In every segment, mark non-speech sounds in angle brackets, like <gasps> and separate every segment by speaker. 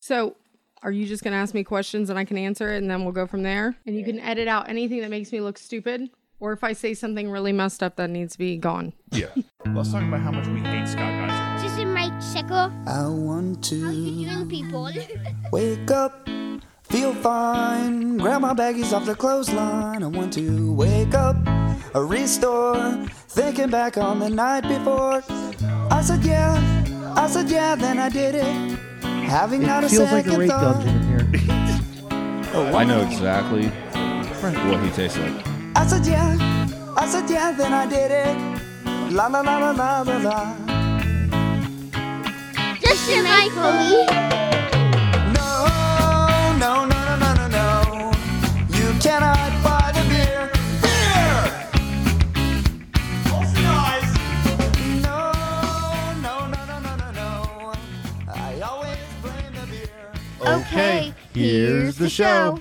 Speaker 1: So, are you just going to ask me questions and I can answer it and then we'll go from there? And you can edit out anything that makes me look stupid or if I say something really messed up that needs to be gone.
Speaker 2: Yeah. Let's talk about how much we hate Scott Geiser.
Speaker 3: This is Mike Sickle.
Speaker 4: I want
Speaker 3: How you
Speaker 4: to
Speaker 3: doing, people?
Speaker 4: wake up, feel fine, grab my baggies off the clothesline. I want to wake up, a restore, thinking back on the night before. I said yeah, I said yeah, then I did it. Having not a
Speaker 5: Feels like
Speaker 4: second
Speaker 5: a rape
Speaker 4: thought.
Speaker 5: dungeon in here.
Speaker 6: I know exactly what he tastes
Speaker 7: <laughs>
Speaker 6: like.
Speaker 4: I said yeah, I said yeah, then I did it. La la la la la la la.
Speaker 3: this is Michael.
Speaker 4: No, no, no, no, no, no, no. You cannot buy the beer. Beer! No, no, no, no, no, no, no. I always blame the beer.
Speaker 3: Okay, here's the show.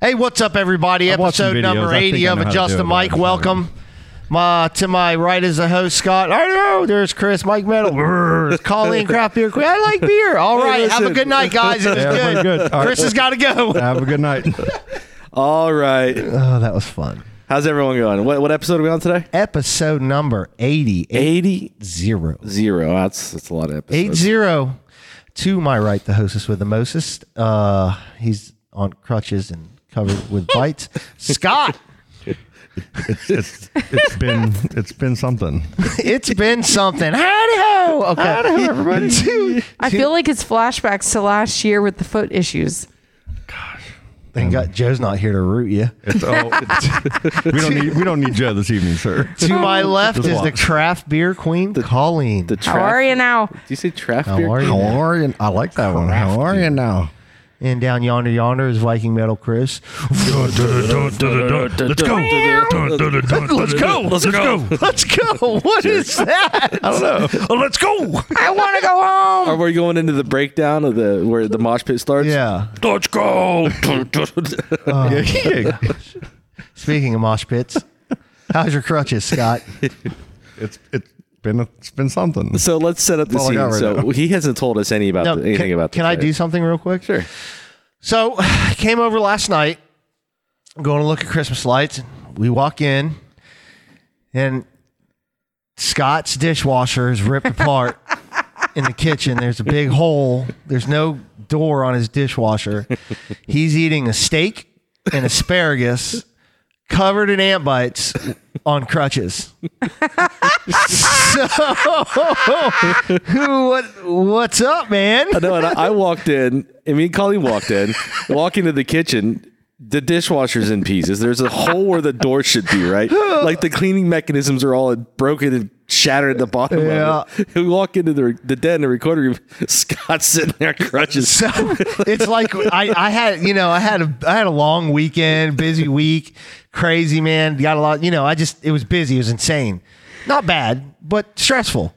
Speaker 8: Hey, what's up, everybody?
Speaker 7: I've watched some
Speaker 8: Episode
Speaker 7: videos.
Speaker 8: number
Speaker 7: I think
Speaker 8: 80
Speaker 7: I
Speaker 8: of
Speaker 7: know how to
Speaker 8: Adjust
Speaker 7: do
Speaker 8: the
Speaker 7: it, but I
Speaker 8: Mic.
Speaker 7: just
Speaker 8: Welcome. My, to my right is the host, Scott. I know. There's Chris, Mike Metal.
Speaker 7: <laughs>
Speaker 8: Brrr. Call in Craft Beer Queen. I like beer. All right. Have a
Speaker 7: listen.
Speaker 8: good night, guys.
Speaker 7: <laughs>
Speaker 8: It was
Speaker 7: Yeah,
Speaker 8: good.
Speaker 7: pretty good. All right.
Speaker 8: Chris has got to <laughs> go.
Speaker 7: Have a good night.
Speaker 5: All right. Oh, that was fun.
Speaker 9: How's everyone going? What, what episode are we on today?
Speaker 8: Episode number 80. Eight
Speaker 9: 80
Speaker 8: zero.
Speaker 9: zero. That's, that's a lot of
Speaker 8: Eight
Speaker 9: episodes.
Speaker 8: zero. To my right, the hostess with the mostest. Uh, he's on crutches and covered
Speaker 7: <laughs>
Speaker 8: with bites. Scott.
Speaker 7: It's it's been it's been something.
Speaker 8: It's been something. Howdy ho. Okay. everybody. <laughs> Dude.
Speaker 10: I feel like it's flashbacks to last year with the foot issues.
Speaker 8: Thank God Joe's not here to root you.
Speaker 7: It's all it's, <laughs> we don't need we don't need Joe this evening, sir.
Speaker 8: To my left
Speaker 7: Just
Speaker 8: is the
Speaker 7: watch.
Speaker 8: craft beer queen, Colleen.
Speaker 9: The
Speaker 10: How are you now?
Speaker 9: Do you say traffic?
Speaker 8: How are you?
Speaker 7: are you? I like that one. How are you now?
Speaker 8: And down yonder, yonder is Viking Metal Chris. <laughs>
Speaker 7: Let's go. Let's go. Let's go.
Speaker 8: Let's
Speaker 7: <laughs>
Speaker 8: go. What is that?
Speaker 7: I don't
Speaker 8: <laughs>
Speaker 7: know. Let's go.
Speaker 10: I want to go home.
Speaker 9: Are we Oh, going into the breakdown of the where the mosh pit starts? Oh,
Speaker 8: Yeah.
Speaker 9: Let's go.
Speaker 7: Uh, Yeah.
Speaker 8: Speaking of mosh pits, how's your crutches, Scott?
Speaker 7: It's it's been a, it's been
Speaker 9: <laughs>
Speaker 7: something.
Speaker 9: so let's set up the
Speaker 7: That's all I
Speaker 9: scene.
Speaker 7: got right
Speaker 9: so
Speaker 7: now.
Speaker 9: he hasn't told us any about the, anything
Speaker 8: can,
Speaker 9: about.
Speaker 8: Can
Speaker 9: this
Speaker 8: I
Speaker 9: yet.
Speaker 8: do something real quick?
Speaker 9: Sure.
Speaker 8: So, <sighs> came over last night, going to look at Christmas lights. We walk in, and Scott's dishwasher is
Speaker 9: <laughs>
Speaker 8: ripped apart in the kitchen. There's a big hole. There's no door on his dishwasher. He's eating a steak and asparagus covered in ant bites on crutches. <laughs> so, <laughs> who, what, what's up, man?
Speaker 9: <laughs> No, and I, I walked in, and me and Colleen walked in, walk into the kitchen. The dishwasher's in pieces. There's a hole where the door should be, right? Like the cleaning mechanisms are all broken and shattered at the bottom.
Speaker 8: Yeah.
Speaker 9: Of it. <laughs> We walk into the, the den, the recording room. <laughs> Scott's sitting
Speaker 8: <laughs>
Speaker 9: there crutches.
Speaker 8: So it's like I, I had you know I had a I had a long weekend, busy week, crazy man. Got a lot you know. I just it was busy. It was insane. Not bad, but stressful.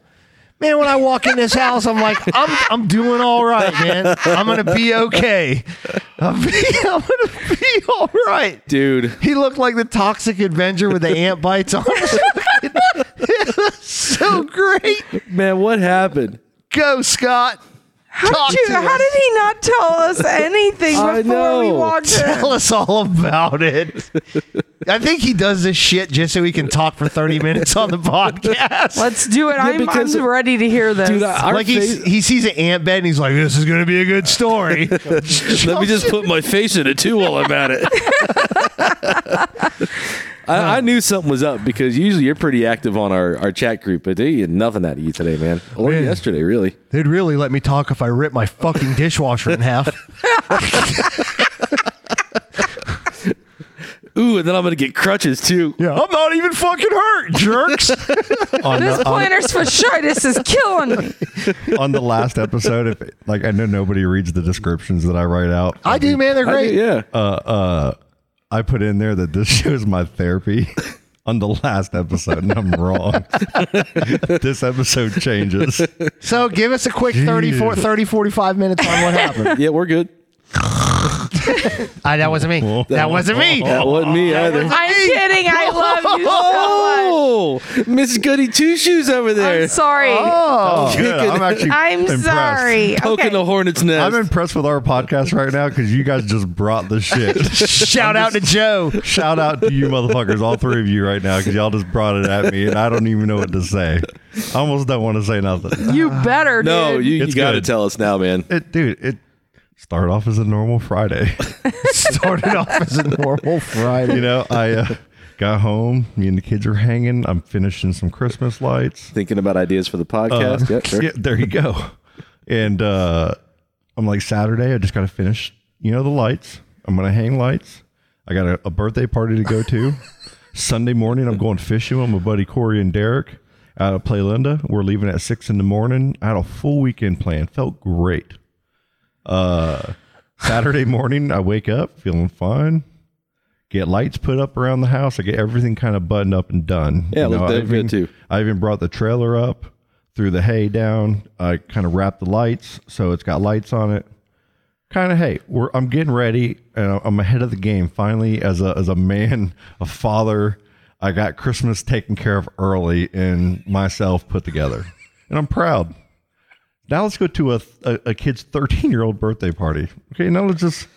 Speaker 8: Man, when I walk in this house, I'm like, I'm I'm doing all right, man. I'm gonna be okay. I'm, be, <laughs> I'm gonna be all right.
Speaker 9: Dude,
Speaker 8: He looked like the Toxic Avenger with the ant bites on. him. <laughs> it was so great.
Speaker 9: man, what happened?
Speaker 8: Go, Scott.
Speaker 10: How
Speaker 8: Talk
Speaker 10: did, you,
Speaker 8: to
Speaker 10: how
Speaker 8: us.
Speaker 10: did he not tell us anything
Speaker 9: I
Speaker 10: before we
Speaker 9: know.
Speaker 10: walked in?
Speaker 8: Tell us all about it. I think he does this shit just so we can talk for 30 minutes on the podcast.
Speaker 10: Let's do it. I'm,
Speaker 9: because-
Speaker 10: I'm ready to hear this.
Speaker 9: Dude, I- our
Speaker 8: like he,
Speaker 9: face-
Speaker 8: he sees an ant bed and he's like, this is going to be a good story.
Speaker 9: <laughs> Let me just put my face in it too while I'm at it. <laughs> I, I knew something was up because usually you're pretty active on our, our chat group, but they get nothing out of you today, man. Or yesterday, really.
Speaker 8: They'd really let me talk if I ripped my fucking dishwasher in
Speaker 9: <laughs>
Speaker 8: half.
Speaker 9: Ooh, and then I'm gonna get crutches too.
Speaker 8: Yeah, I'm not even fucking hurt, jerks.
Speaker 7: On
Speaker 10: this
Speaker 7: the, on,
Speaker 10: planner's fasciitis is killing me.
Speaker 7: on the last episode, if like I know nobody reads the descriptions that I write out. Uh,
Speaker 8: I do, man. They're great.
Speaker 9: Yeah.
Speaker 7: I put in there that this <laughs> show is my therapy on the last episode, and I'm wrong. <laughs> this episode changes.
Speaker 8: So give us a quick 30, 40, 30, 45 minutes on what
Speaker 9: <laughs>
Speaker 8: happened.
Speaker 9: <laughs> yeah, we're good. Oh.
Speaker 8: Ah, that wasn't me. That wasn't me.
Speaker 10: <laughs>
Speaker 9: That wasn't me either. <laughs>
Speaker 10: I'm kidding. I love you so
Speaker 9: Oh,
Speaker 10: much.
Speaker 9: Miss Goody Two Shoes over there.
Speaker 10: I'm sorry.
Speaker 9: Oh.
Speaker 7: <laughs> Good. I'm actually
Speaker 10: I'm
Speaker 7: impressed.
Speaker 10: sorry.
Speaker 9: Poking
Speaker 10: Okay.
Speaker 9: the hornet's nest.
Speaker 7: I'm impressed with our podcast right now because you guys just brought the shit.
Speaker 8: <laughs> Shout out to Joe. <laughs>
Speaker 7: Shout out to you motherfuckers, all three of you right now, because y'all just brought it at me and I don't even know what to say. I almost don't want to say nothing.
Speaker 10: <laughs> You better,
Speaker 9: no,
Speaker 10: dude.
Speaker 9: you, you
Speaker 7: It's
Speaker 9: got to
Speaker 7: good.
Speaker 9: tell us now, man.
Speaker 7: It, dude, it started off as a normal Friday.
Speaker 8: Started off as a normal Friday.
Speaker 7: You know, I uh, got home, me and the kids are hanging. I'm finishing some Christmas lights.
Speaker 9: Thinking about ideas for the podcast. Yep, sure.
Speaker 7: Uh, Yeah, there you go. And uh, I'm like Saturday. I just gotta finish. You know the lights. I'm gonna hang lights. I got a, a birthday party to go to. Sunday morning, I'm going fishing with my buddy Corey and Derek out of Playlinda. We're leaving at six in the morning. I had a full weekend plan. Felt great. Uh, Saturday morning, I wake up feeling fine. Get lights put up around the house. I get everything kind of buttoned up and done.
Speaker 9: Yeah, looked
Speaker 7: I
Speaker 9: that good
Speaker 7: even-
Speaker 9: too.
Speaker 7: I even brought the trailer up, threw the hay down. I kind of wrapped the lights, so it's got lights on it. Kind of, hey, we're, I'm getting ready, and I'm ahead of the game. Finally, as a as a man, a father, I got Christmas taken care of early and myself put
Speaker 10: <laughs>
Speaker 7: together, and I'm proud. Now let's go to a a, a kid's 13 year old birthday party. Okay, now let's just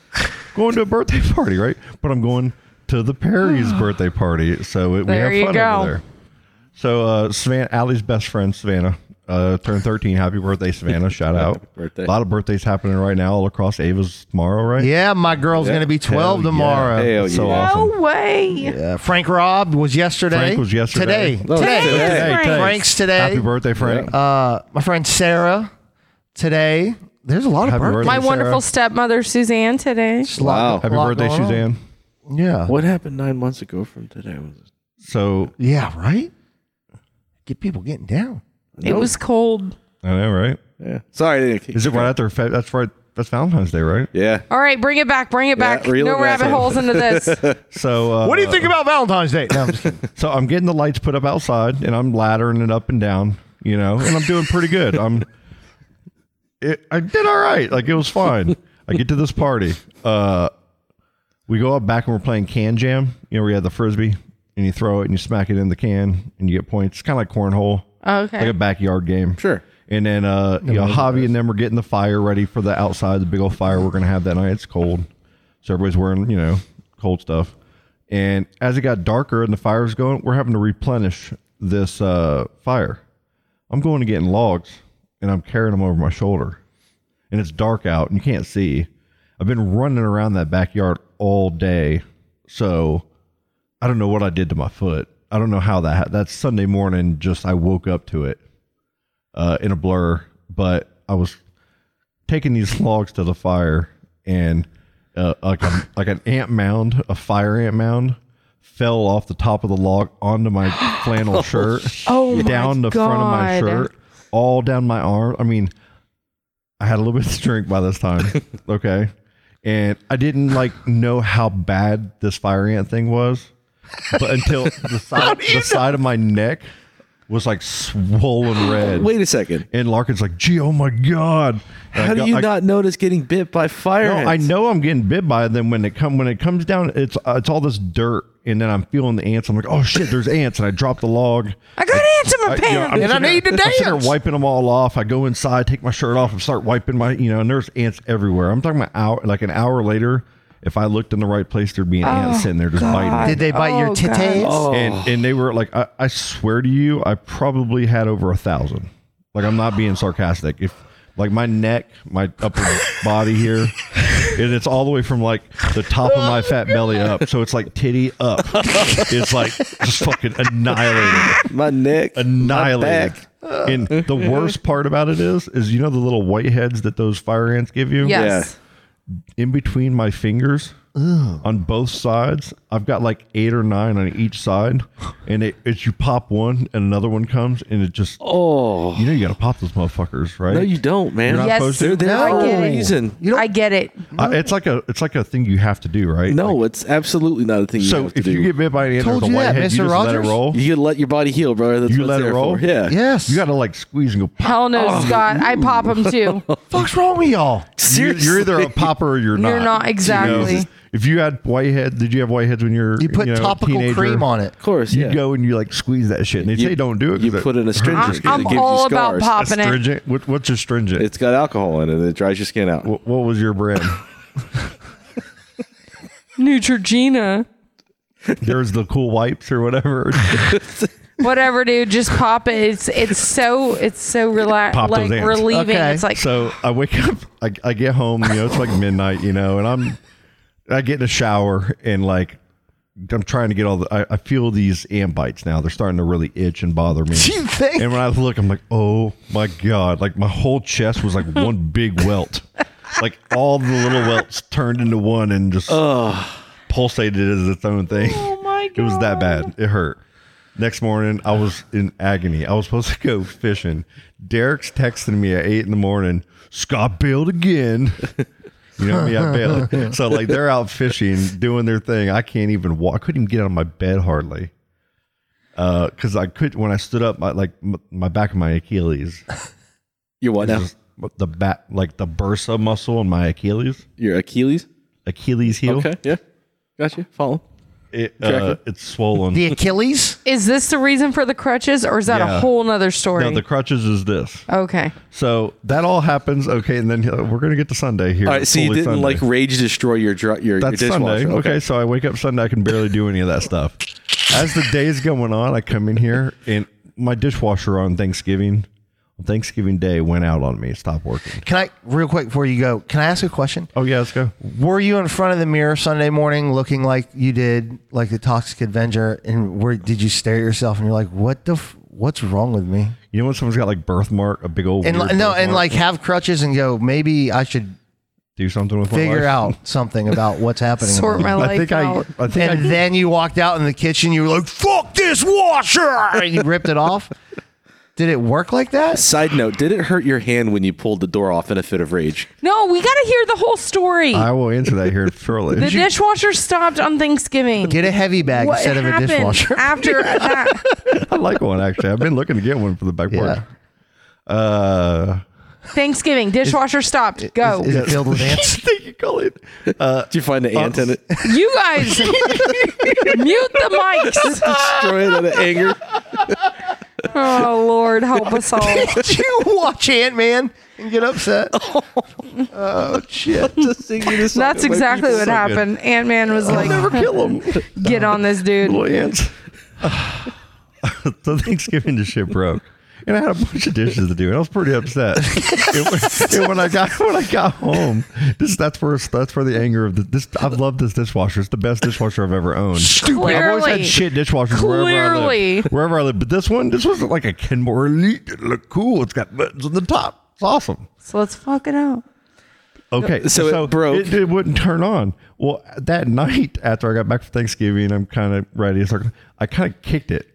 Speaker 7: go into a birthday <laughs> party, right? But I'm going to the
Speaker 10: <sighs>
Speaker 7: Perry's birthday party, so we-
Speaker 10: There
Speaker 7: we
Speaker 10: you
Speaker 7: have fun
Speaker 10: go.
Speaker 7: over there. So, uh, Savannah, Allie's best friend, Savannah, uh, turned 13. Happy birthday,
Speaker 10: <laughs>
Speaker 7: Savannah. Shout out.
Speaker 9: Birthday.
Speaker 7: A lot of birthdays happening right now all across Ava's tomorrow, right?
Speaker 8: Yeah, my girl's gonna be twelve
Speaker 7: Hell yeah.
Speaker 8: tomorrow.
Speaker 9: Hell
Speaker 7: So
Speaker 9: yeah.
Speaker 7: awesome.
Speaker 10: No way.
Speaker 8: Uh, Frank Robb was yesterday.
Speaker 7: Frank was yesterday.
Speaker 8: Today.
Speaker 9: Oh,
Speaker 8: today.
Speaker 9: today.
Speaker 10: Hey, Frank.
Speaker 7: thanks.
Speaker 8: Frank's today.
Speaker 7: Happy birthday, Frank.
Speaker 8: Uh, my friend Sarah today. There's a lot of
Speaker 7: Happy
Speaker 8: birthdays.
Speaker 7: birthday,
Speaker 10: My wonderful
Speaker 7: Sarah.
Speaker 10: stepmother Suzanne today.
Speaker 8: A lot-
Speaker 9: Wow.
Speaker 8: a
Speaker 7: Happy
Speaker 8: lot
Speaker 7: birthday,
Speaker 8: going on.
Speaker 7: Suzanne.
Speaker 8: Yeah.
Speaker 9: What happened nine months ago from today?
Speaker 7: So,
Speaker 8: Yeah. Right. Get people getting down.
Speaker 10: It was cold.
Speaker 7: I know, right?
Speaker 9: Yeah. Sorry. I didn't-
Speaker 7: Is it right after? Fe- that's right. That's Valentine's Day, right?
Speaker 9: Yeah.
Speaker 10: All right, bring it back. Bring it
Speaker 9: Yeah,
Speaker 10: back.
Speaker 9: reel
Speaker 10: No
Speaker 9: it back
Speaker 10: rabbit
Speaker 9: in.
Speaker 10: holes into this.
Speaker 7: So, uh,
Speaker 8: What do you think about Valentine's Day? No, I'm just kidding.
Speaker 7: So I'm getting the lights put up outside, and I'm laddering it up and down, you know, and I'm doing pretty good. I'm, it, I did all right. Like it was fine. I get to this party. Uh, we go up back and we're playing can jam. You know, we had the frisbee, and you throw it and you smack it in the can, and you get points. Kind of like cornhole, like
Speaker 10: Okay.
Speaker 7: a backyard game.
Speaker 9: Sure.
Speaker 7: And then uh, you know, Javi and them were getting the fire ready for the outside, the big old fire we're gonna have that night. It's cold, so everybody's wearing you know cold stuff. And as it got darker and the fire was going, we're having to replenish this uh, fire. I'm going to getting logs, and I'm carrying them over my shoulder, and it's dark out and you can't see. I've been running around that backyard all day, so I don't know what I did to my foot. I don't know how that. Ha- that Sunday morning, just I woke up to it uh, in a blur, but I was taking these <laughs> logs to the fire, and uh, like a, like an ant mound, a fire ant mound, fell off the top of the log onto
Speaker 10: <gasps>
Speaker 7: my flannel shirt,
Speaker 10: Oh my
Speaker 7: down the front of my
Speaker 10: God.
Speaker 7: shirt, all down my arm. I mean, I had a little bit to drink by this
Speaker 10: <laughs>
Speaker 7: time, okay, and I didn't like know how bad this fire ant thing was, but until
Speaker 10: <laughs>
Speaker 7: the side, the side of my neck was like swollen red.
Speaker 9: Uh, Wait a second.
Speaker 7: And Larkin's like, gee, oh my God. And I
Speaker 9: How do
Speaker 7: got-
Speaker 9: you
Speaker 7: I,
Speaker 9: not notice getting bit by fire?
Speaker 7: No, I
Speaker 9: ants?
Speaker 7: know I'm getting bit by them when it come when it comes down. It's uh, it's all this dirt, and then I'm feeling the ants. I'm like, oh shit, there's ants, and I drop the log.
Speaker 10: I got ants in my
Speaker 7: I, you know,
Speaker 10: pants.
Speaker 7: I'm
Speaker 8: And I
Speaker 7: sitting there-
Speaker 8: need to
Speaker 7: I'm sitting there
Speaker 8: dance.
Speaker 7: wiping them all off. I go inside, take my shirt off, and start wiping my you know. And there's ants everywhere. I'm talking about hour like an hour later. If I looked in the right place, there'd be an
Speaker 9: Oh,
Speaker 7: ant sitting there just biting. me.
Speaker 8: Did they bite your
Speaker 10: Oh,
Speaker 8: titties?
Speaker 7: And and they were like, I, I swear to you, I probably had over a thousand. Like I'm not being sarcastic. If like my neck, my upper body here, and it's all the way from like the top of my fat belly up. So it's like titty up. it's like just fucking annihilated,
Speaker 9: my neck,
Speaker 7: annihilated.
Speaker 9: My back.
Speaker 7: And the worst part about it is, is you know the little white heads that those fire ants give you
Speaker 10: yes.
Speaker 7: in between my fingers on both sides. I've got like eight or nine on each side, and it, it's you pop one and another one comes, and it just
Speaker 9: Oh
Speaker 7: you know you gotta pop those motherfuckers, right?
Speaker 9: no, you don't, man.
Speaker 7: You're not
Speaker 10: Yes.
Speaker 7: supposed
Speaker 9: They're
Speaker 7: to.
Speaker 9: there for
Speaker 10: No. I get
Speaker 9: a
Speaker 10: it.
Speaker 9: reason.
Speaker 10: I get it.
Speaker 7: Uh, it's like a it's like a thing you have to do, right?
Speaker 9: No,
Speaker 7: Like,
Speaker 9: it's absolutely not a thing. you
Speaker 7: so
Speaker 9: have to
Speaker 7: if
Speaker 9: do.
Speaker 7: you get bit by an ant or a
Speaker 8: Told you that,
Speaker 7: whitehead, you
Speaker 8: Mr.
Speaker 7: just let it
Speaker 8: Rogers.
Speaker 7: roll.
Speaker 9: You gotta let your body heal, brother. That's
Speaker 7: You
Speaker 9: what it's
Speaker 7: let it
Speaker 9: there
Speaker 7: roll?
Speaker 9: For. Yeah.
Speaker 8: <laughs> yes.
Speaker 7: You gotta like squeeze and go. Pop.
Speaker 10: Hell no, Scott. I pop them too.
Speaker 8: fuck's wrong with y'all?
Speaker 7: Seriously. You're either a popper or you're not.
Speaker 10: You're not,
Speaker 7: You know,
Speaker 10: exactly.
Speaker 7: if you had whitehead, did you have whiteheads when you're
Speaker 8: You put
Speaker 7: know,
Speaker 8: topical
Speaker 7: teenager?
Speaker 8: cream on it.
Speaker 9: <laughs> Of course,
Speaker 7: You
Speaker 9: yeah.
Speaker 7: go and you like squeeze that shit, and they
Speaker 9: You-
Speaker 7: say don't do it. 'cause
Speaker 9: you
Speaker 7: it
Speaker 9: put an
Speaker 7: hurts.
Speaker 9: astringent
Speaker 10: I'm-
Speaker 9: that gives you
Speaker 10: all about
Speaker 9: scars.
Speaker 10: popping it.
Speaker 7: Astringent. What, what's astringent?
Speaker 9: It's got alcohol in it. It dries your skin out.
Speaker 7: What, what was your brand?
Speaker 10: Neutrogena.
Speaker 7: There's the cool wipes or whatever.
Speaker 10: Whatever, dude. Just pop it. It's it's so it's so rela-
Speaker 7: Pop those
Speaker 10: like
Speaker 7: ants.
Speaker 10: relieving.
Speaker 8: Okay.
Speaker 10: It's like
Speaker 7: so I wake up, I, I get home, you know, it's like midnight, you know, and I'm, I get in a shower and like, I'm trying to get all the, I, I feel these ant bites now. They're starting to really itch and bother me.
Speaker 8: <laughs> Do <laughs> you think?
Speaker 7: And when I look, I'm like, oh my God. Like my whole chest was like
Speaker 10: <laughs>
Speaker 7: one big welt. Like all the little welts turned into one and just pulsated as its own thing.
Speaker 10: oh my god.
Speaker 7: <laughs> It was that bad. It hurt. Next morning, I was in agony. I was supposed to go fishing. Derek's texting me at eight in the morning. Scott bailed again. <laughs> You know me, I bailed. So like they're out fishing, doing their thing. I can't even walk. I couldn't even get out of my bed hardly. Uh, cause I could when I stood up, my like m- my back of my Achilles,
Speaker 9: Your what now?
Speaker 7: the back like the bursa muscle in my Achilles,
Speaker 9: Your Achilles?
Speaker 7: Achilles heel.
Speaker 9: Okay, yeah. Gotcha. Follow.
Speaker 7: It, uh,
Speaker 9: Tracking.
Speaker 7: it's swollen.
Speaker 8: The Achilles?
Speaker 10: Is this the reason for the crutches, or is that
Speaker 7: Yeah.
Speaker 10: a whole nother story?
Speaker 7: no, the crutches is this.
Speaker 10: okay.
Speaker 7: So that all happens. Okay, and then uh, we're gonna get to Sunday here.
Speaker 9: All right, so you
Speaker 7: Fully
Speaker 9: didn't
Speaker 7: Sunday.
Speaker 9: like rage destroy your dr- your,
Speaker 7: that's
Speaker 9: your
Speaker 7: Sunday.
Speaker 9: dishwasher.
Speaker 7: Okay. so I wake up Sunday. I can barely do any of that stuff. As the day's going on, I come in here and my dishwasher on Thanksgiving, on Thanksgiving Day, went out on me. It stopped working.
Speaker 8: Can I, real quick before you go, can I ask a question?
Speaker 7: Oh yeah, let's go.
Speaker 8: Were you in front of the mirror Sunday morning looking like you did, like the Toxic Avenger? And where did you stare at yourself and you're like, what the, f- what's wrong with me?
Speaker 7: You know when someone's got like birthmark, a big old
Speaker 8: And
Speaker 7: weird
Speaker 8: li- no, and
Speaker 7: birthmark?
Speaker 8: like have crutches and go, maybe I should
Speaker 7: do something with my
Speaker 8: figure
Speaker 7: life?
Speaker 8: out something about what's happening. in
Speaker 10: Sort
Speaker 8: the
Speaker 10: my
Speaker 8: world.
Speaker 10: life
Speaker 7: I think I,
Speaker 10: out.
Speaker 7: I think I,
Speaker 8: And <laughs> then you walked out in the kitchen, you were like, fuck this washer! And you ripped it off. Did it work like that?
Speaker 9: Side note, did it hurt your hand when you pulled the door off in a fit of rage?
Speaker 10: No, we got to hear the whole story.
Speaker 7: I will answer
Speaker 8: <laughs>
Speaker 7: that here shortly.
Speaker 10: the dishwasher stopped on Thanksgiving.
Speaker 8: Get a heavy bag
Speaker 10: what
Speaker 8: instead of a
Speaker 10: happened
Speaker 8: dishwasher.
Speaker 10: after that?
Speaker 7: I like one actually. I've been looking to get one for the back
Speaker 8: Yeah.
Speaker 7: porch. Uh,
Speaker 10: Thanksgiving dishwasher stopped. Go.
Speaker 8: Is it
Speaker 7: <laughs>
Speaker 8: filled with ants? <laughs>
Speaker 7: think you call it.
Speaker 9: Did you find the ant in it?
Speaker 10: you guys <laughs> mute the mics.
Speaker 9: Destroy it out
Speaker 8: <laughs>
Speaker 9: of anger.
Speaker 10: Oh Lord, help
Speaker 7: <laughs>
Speaker 10: us all.
Speaker 8: Did you watch Ant Man and get upset? Oh, shit!
Speaker 9: Just singing this song
Speaker 10: That's
Speaker 9: that might be
Speaker 10: exactly what
Speaker 9: so
Speaker 10: happened. Ant Man was like,
Speaker 7: Never kill him.
Speaker 10: <laughs> "Get on this, dude."
Speaker 7: little ants. so Thanksgiving dish shit broke. And I had a bunch of dishes to do, and I was pretty upset. and, when- and when I got when I got home, this that's where that's where the anger of the this I've loved this dishwasher. It's the best dishwasher I've ever owned. I've always
Speaker 10: Clearly,
Speaker 7: had shit dishwashers wherever I
Speaker 10: Clearly.
Speaker 7: live. Wherever I live, but this one, this was like a Kenmore Elite. It looked cool. It's got buttons on the top. It's awesome.
Speaker 10: so let's fuck it up.
Speaker 7: Okay,
Speaker 9: So it broke.
Speaker 7: It, it wouldn't turn on. Well, that night after I got back from Thanksgiving, I'm kind of ready. to start- I kind of kicked it,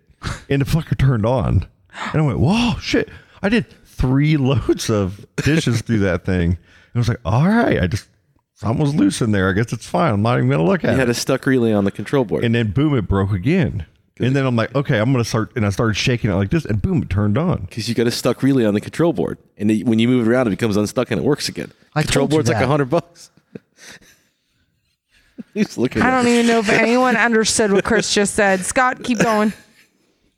Speaker 7: and the fucker turned on, and I went, "Whoa, shit!" I did three <laughs> loads of dishes through that thing. And I was like, "All right, I just something was loose in there. I guess it's fine. I'm not even gonna look at
Speaker 9: You
Speaker 7: it."
Speaker 9: had a stuck relay on the control board.
Speaker 7: and then boom, it broke again. And then I'm like, "Okay, I'm gonna start," and I started shaking it like this, and boom, it turned on.
Speaker 9: because you got a stuck relay on the control board, and it- when you move it around, it becomes unstuck and it works again.
Speaker 8: I
Speaker 9: control
Speaker 8: told you
Speaker 9: board's like
Speaker 8: that.
Speaker 9: a hundred bucks. <laughs> He's looking.
Speaker 10: I
Speaker 9: at
Speaker 10: don't
Speaker 9: it.
Speaker 10: even know if anyone understood what Chris just said. Scott, keep going.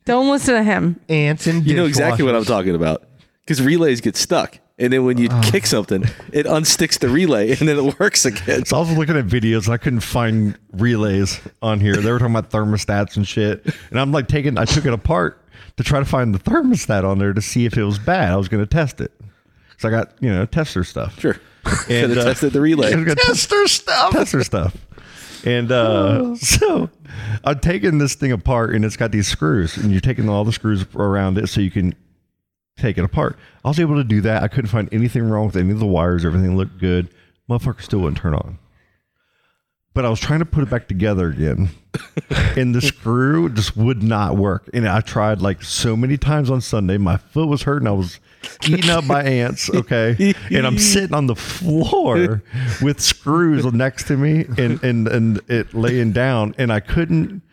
Speaker 10: Don't listen to him.
Speaker 8: Ants and
Speaker 9: You know exactly what I'm
Speaker 8: dishwashers. <laughs>
Speaker 9: talking about because relays get stuck, and then when you kick something, it unsticks the relay, and then it works again.
Speaker 7: So I was looking at videos and I couldn't find relays on here. They were talking about thermostats and shit. And I'm like taking I took it apart to try to find the thermostat on there to see if it was bad. I was gonna test it. So I got, you know, tester stuff.
Speaker 9: Sure.
Speaker 7: And uh,
Speaker 9: Coulda tested the relay.
Speaker 7: <laughs> I was gonna test
Speaker 8: Tester stuff.
Speaker 7: tester stuff. And uh, so I'm taking this thing apart and it's got these screws and you're taking all the screws around it so you can take it apart. I was able to do that. I couldn't find anything wrong with any of the wires. Everything looked good. Motherfucker still wouldn't turn on. But I was trying to put it back together
Speaker 9: <laughs>
Speaker 7: again. and the screw just would not work. And I tried like so many times on Sunday. My foot was hurting. I was eaten up by ants. Okay. And I'm sitting on the floor with screws next to me and, and, and it laying down. And I couldn't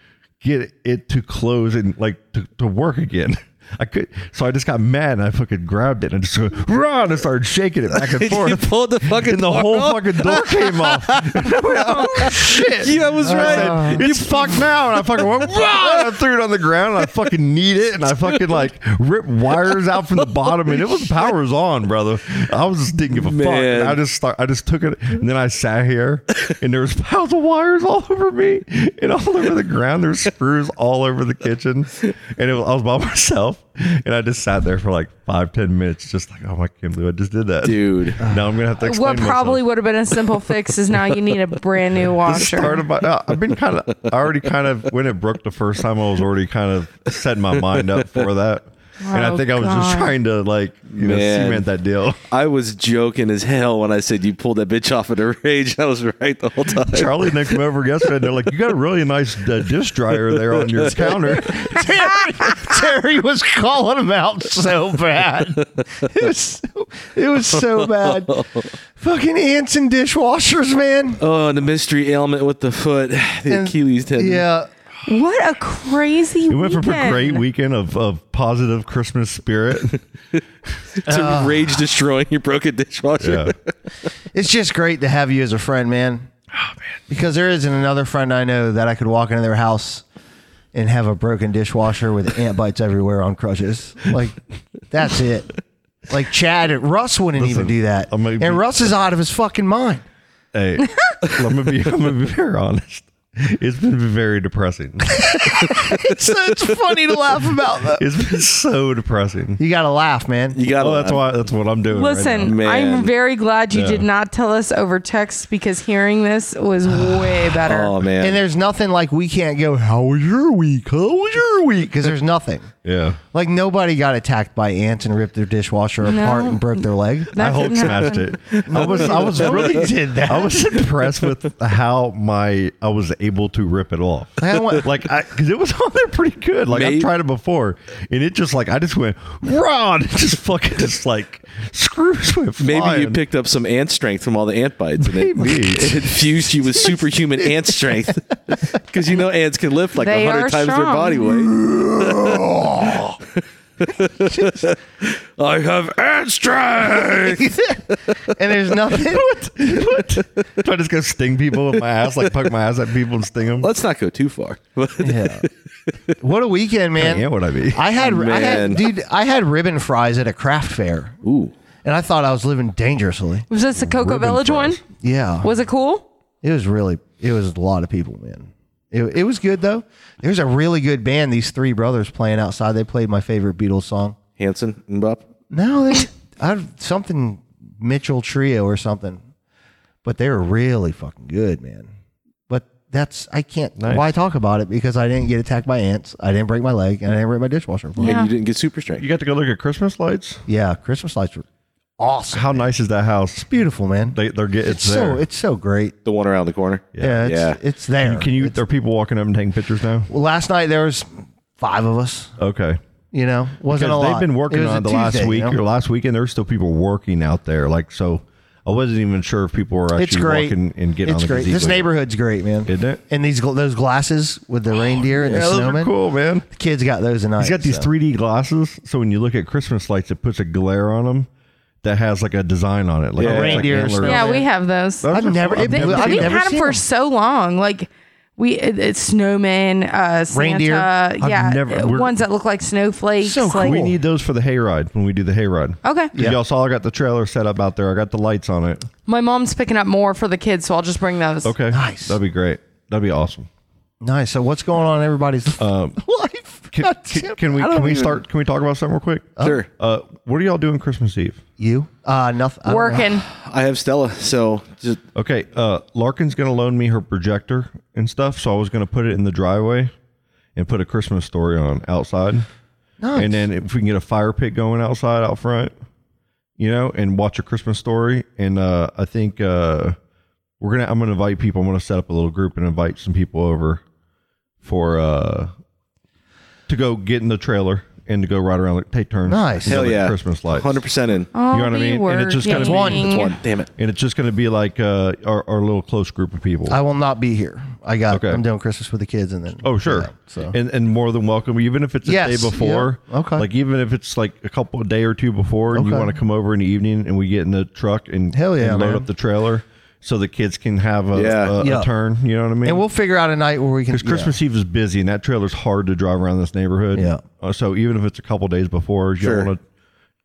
Speaker 7: get it to close and like to, to work again. I could, so I just got mad and I fucking grabbed it and just went, "Rah!" and I started shaking it back
Speaker 9: <laughs>
Speaker 7: and
Speaker 9: You
Speaker 7: forth.
Speaker 9: pulled the fucking
Speaker 7: and the
Speaker 9: door
Speaker 7: whole
Speaker 9: off?
Speaker 7: fucking door
Speaker 9: <laughs>
Speaker 7: came off. shit.
Speaker 9: Yeah, I was
Speaker 7: And
Speaker 9: right.
Speaker 7: I said, it's fucked now. And I
Speaker 9: <laughs>
Speaker 7: fucking went, "Rah!" and I threw it on the ground and I fucking kneed it and I fucking like ripped wires out from the bottom and it was powers on, brother. I was just didn't give a
Speaker 9: Man.
Speaker 7: fuck. I just start, I just took it and then I sat here and there was piles of wires all over me and all over the ground. There were screws all over the kitchen and it was, I was by myself and I just sat there for like five, ten minutes, just like, oh my, I can't believe I just did that,
Speaker 9: dude.
Speaker 7: Now I'm gonna have to explain
Speaker 10: Uh, What probably
Speaker 7: myself.
Speaker 10: would have been a simple fix is now you need a brand new
Speaker 7: This is part
Speaker 10: washer.
Speaker 7: of my, uh, I've been kind of, I already kind of, when it broke the first time, I was already kind of setting my mind up for that. and I
Speaker 10: Oh,
Speaker 7: think I was just
Speaker 10: God.
Speaker 7: trying to, like, you know,
Speaker 9: Man.
Speaker 7: cement that deal. <laughs>
Speaker 9: I was joking as hell when I said you pulled that bitch off in a rage. <laughs> I was right the whole time.
Speaker 7: Charlie and they come over yesterday and they're like, You got a really nice uh, dish dryer there on your
Speaker 8: <laughs>
Speaker 7: counter.
Speaker 8: Terry, Terry was calling him out so bad. It was so, it was so
Speaker 9: <laughs>
Speaker 8: bad. Fucking ants and dishwashers, man.
Speaker 9: Oh, and the mystery ailment with the foot, the
Speaker 8: And-
Speaker 9: Achilles tendon.
Speaker 8: Yeah.
Speaker 10: What a crazy
Speaker 7: It went from a
Speaker 10: weekend.
Speaker 7: great weekend of, of positive Christmas spirit.
Speaker 9: to rage destroying your broken dishwasher.
Speaker 7: Ah. Yeah.
Speaker 8: It's just great to have you as a friend, man. Oh, man. Because there isn't another friend I know that I could walk into their house and have a broken dishwasher with ant bites everywhere on crutches. Like, that's it. Like, Chad, Russ wouldn't
Speaker 7: Listen,
Speaker 8: even do that.
Speaker 7: I'm gonna
Speaker 8: And
Speaker 7: be-
Speaker 8: Russ is out of his fucking mind.
Speaker 7: <laughs> hey, I'm gonna be I'm gonna be very honest. It's been very depressing.
Speaker 8: It's, it's funny to laugh about, though.
Speaker 7: It's been so depressing.
Speaker 8: <laughs> You got to laugh, man.
Speaker 9: You got
Speaker 7: Oh, that's why that's what I'm doing. right
Speaker 10: Listen,
Speaker 9: now. Man.
Speaker 10: I'm very glad you
Speaker 7: Yeah.
Speaker 10: did not tell us over text because hearing this
Speaker 7: <sighs>
Speaker 10: was way better.
Speaker 9: Oh man.
Speaker 8: And there's nothing like we can't go, How was your week? How was your week? Because there's nothing.
Speaker 7: now. yeah.
Speaker 8: Like nobody got attacked by ants and ripped their dishwasher apart and broke their leg.
Speaker 10: That
Speaker 7: I Hulk
Speaker 10: didn't
Speaker 7: <laughs> smashed
Speaker 10: happen.
Speaker 7: it. I was I was really
Speaker 8: did that.
Speaker 7: I was impressed with how my I was able to rip it off.
Speaker 8: I don't want-
Speaker 7: like I because it was on there pretty good. Like
Speaker 9: Maybe-
Speaker 7: I've tried it before, and it just like I just went Ron, it just fucking just like screws went flying.
Speaker 9: Maybe you
Speaker 7: <laughs>
Speaker 9: picked up some ant strength from all the ant bites, and it,
Speaker 7: Maybe.
Speaker 9: it infused you with superhuman ant strength. <laughs> Because you know ants can lift like
Speaker 10: They
Speaker 9: hundred
Speaker 10: are
Speaker 9: times their
Speaker 10: strong.
Speaker 9: body weight. I have ant strength.
Speaker 8: <laughs> and there's
Speaker 7: <laughs>
Speaker 8: nothing.
Speaker 7: Do I just go sting people with my ass? Like poke my ass at people and sting them?
Speaker 9: Let's not go too far. <laughs>
Speaker 8: Yeah. What a weekend, man!
Speaker 7: Yeah, what I mean.
Speaker 8: I had, I
Speaker 9: Man.
Speaker 8: had, dude, I had ribbon fries at a craft fair,
Speaker 9: Ooh,
Speaker 8: and I thought I was living dangerously.
Speaker 10: Was this the Cocoa Village one?
Speaker 8: Yeah,
Speaker 10: Was it cool?
Speaker 8: it was really, it was a lot of people, man. It, it was good though. There's a really good band. These three brothers playing outside. They played my favorite Beatles song.
Speaker 9: Hanson and Bop.
Speaker 8: No,
Speaker 7: <laughs>
Speaker 8: they I something Mitchell Trio or something. But they were really fucking good, man. But that's I can't
Speaker 7: Nice.
Speaker 8: why talk about it because I didn't get attacked by ants. I didn't break my leg and I didn't break my dishwasher. apart.
Speaker 9: And you didn't get super strength.
Speaker 7: You got to go look at Christmas lights.
Speaker 8: Yeah, Christmas lights were awesome.
Speaker 7: How nice is that house?
Speaker 8: Beautiful, man.
Speaker 7: They, they're getting
Speaker 8: it's
Speaker 7: it's there.
Speaker 8: so it's so great.
Speaker 9: The one around the corner.
Speaker 8: Yeah, it's,
Speaker 9: Yeah.
Speaker 8: it's there.
Speaker 7: can you? There are people walking up and taking pictures now.
Speaker 8: Well, last night there was five of us.
Speaker 7: Okay,
Speaker 8: You know, wasn't a
Speaker 7: because
Speaker 8: lot.
Speaker 7: they've been working
Speaker 8: was
Speaker 7: on
Speaker 8: a
Speaker 7: it the last
Speaker 8: Tuesday,
Speaker 7: week
Speaker 8: you know?
Speaker 7: or last weekend. There's still people working out there. Like so, I wasn't even sure if people were actually
Speaker 8: It's great.
Speaker 7: walking and getting
Speaker 8: it's
Speaker 7: on the
Speaker 8: great.
Speaker 7: gazebo.
Speaker 8: This neighborhood's great, man.
Speaker 7: Isn't it? Oh,
Speaker 8: And these gl- those glasses with the reindeer and
Speaker 7: Yeah,
Speaker 8: the
Speaker 7: those
Speaker 8: snowman.
Speaker 7: are cool, man.
Speaker 8: The kids got those tonight.
Speaker 7: He's got these
Speaker 8: so.
Speaker 7: 3D glasses, so when you look at Christmas lights, it puts a glare on them that has like a design on it, like
Speaker 9: Yeah.
Speaker 7: it's like
Speaker 8: Reindeer or
Speaker 7: antlers.
Speaker 8: snowman.
Speaker 10: Yeah, we have those.
Speaker 7: Oh, Those
Speaker 8: I've
Speaker 7: are
Speaker 8: never-
Speaker 7: fun.
Speaker 8: it-
Speaker 10: They-
Speaker 8: I've
Speaker 10: we
Speaker 8: never
Speaker 10: had them
Speaker 8: seen
Speaker 10: for
Speaker 8: them.
Speaker 10: so long. Like we, it, it's snowman, uh, Santa,
Speaker 8: Reindeer.
Speaker 7: I've
Speaker 10: yeah,
Speaker 7: never-
Speaker 10: uh,
Speaker 7: we're-
Speaker 10: ones that look like snowflakes.
Speaker 8: So
Speaker 10: like,
Speaker 7: We need those for the hayride when we do the hayride.
Speaker 10: Okay.
Speaker 7: 'Cause Y'all saw I got the trailer set up out there. I got the lights on it.
Speaker 10: My mom's picking up more for the kids, so I'll just bring those.
Speaker 7: Okay,
Speaker 8: Nice.
Speaker 7: That'd be great. That'd be awesome.
Speaker 8: Nice. So what's going on in everybody's <laughs> life?
Speaker 7: Um, Can,
Speaker 8: God damn
Speaker 7: can,
Speaker 8: it.
Speaker 7: can we
Speaker 8: I
Speaker 7: can
Speaker 8: don't
Speaker 7: we
Speaker 8: even-
Speaker 7: start? Can we talk about something real quick?
Speaker 9: Sure.
Speaker 7: Uh, what are y'all doing Christmas Eve?
Speaker 8: You? Uh, nothing.
Speaker 10: Working.
Speaker 9: I have Stella, so just
Speaker 7: Okay, uh, Larkin's gonna loan me her projector and stuff, so I was gonna put it in the driveway and put a Christmas story on outside,
Speaker 8: Nice.
Speaker 7: and then if we can get a fire pit going outside out front, you know, and watch a Christmas story, and uh, I think uh, we're gonna I'm gonna invite people. I'm gonna set up a little group and invite some people over for uh, to go get in the trailer and to go right around, like take turns.
Speaker 8: Nice.
Speaker 7: you know,
Speaker 9: Hell
Speaker 7: like
Speaker 9: yeah.
Speaker 7: Christmas lights.
Speaker 9: 100% in.
Speaker 7: You know what I mean? And it's just gonna be
Speaker 8: working. It's one.
Speaker 9: Oh, Damn it.
Speaker 7: And it's just gonna be like uh, our, our little close group of people.
Speaker 8: I will not be here. I got.
Speaker 7: Okay.
Speaker 8: I'm doing Christmas with the kids, and then
Speaker 7: Oh sure,
Speaker 8: so.
Speaker 7: and and more than welcome. Even if it's a
Speaker 8: Yes,
Speaker 7: day before,
Speaker 8: yeah, okay.
Speaker 7: Like even if it's like a couple a day or two before, and you
Speaker 8: Okay.
Speaker 7: want to come over in the evening, and we get in the truck and
Speaker 8: Hell yeah,
Speaker 7: and load
Speaker 8: man.
Speaker 7: up the trailer so the kids can have a,
Speaker 9: Yeah.
Speaker 7: a, a
Speaker 8: Yeah.
Speaker 7: turn. You know what I mean?
Speaker 8: and we'll figure out a night where we can.
Speaker 7: because Christmas Eve is busy, and that trailer's hard to drive around this neighborhood.
Speaker 8: Yeah.
Speaker 7: Uh, so even if it's a couple days before, you
Speaker 9: Sure.
Speaker 7: want to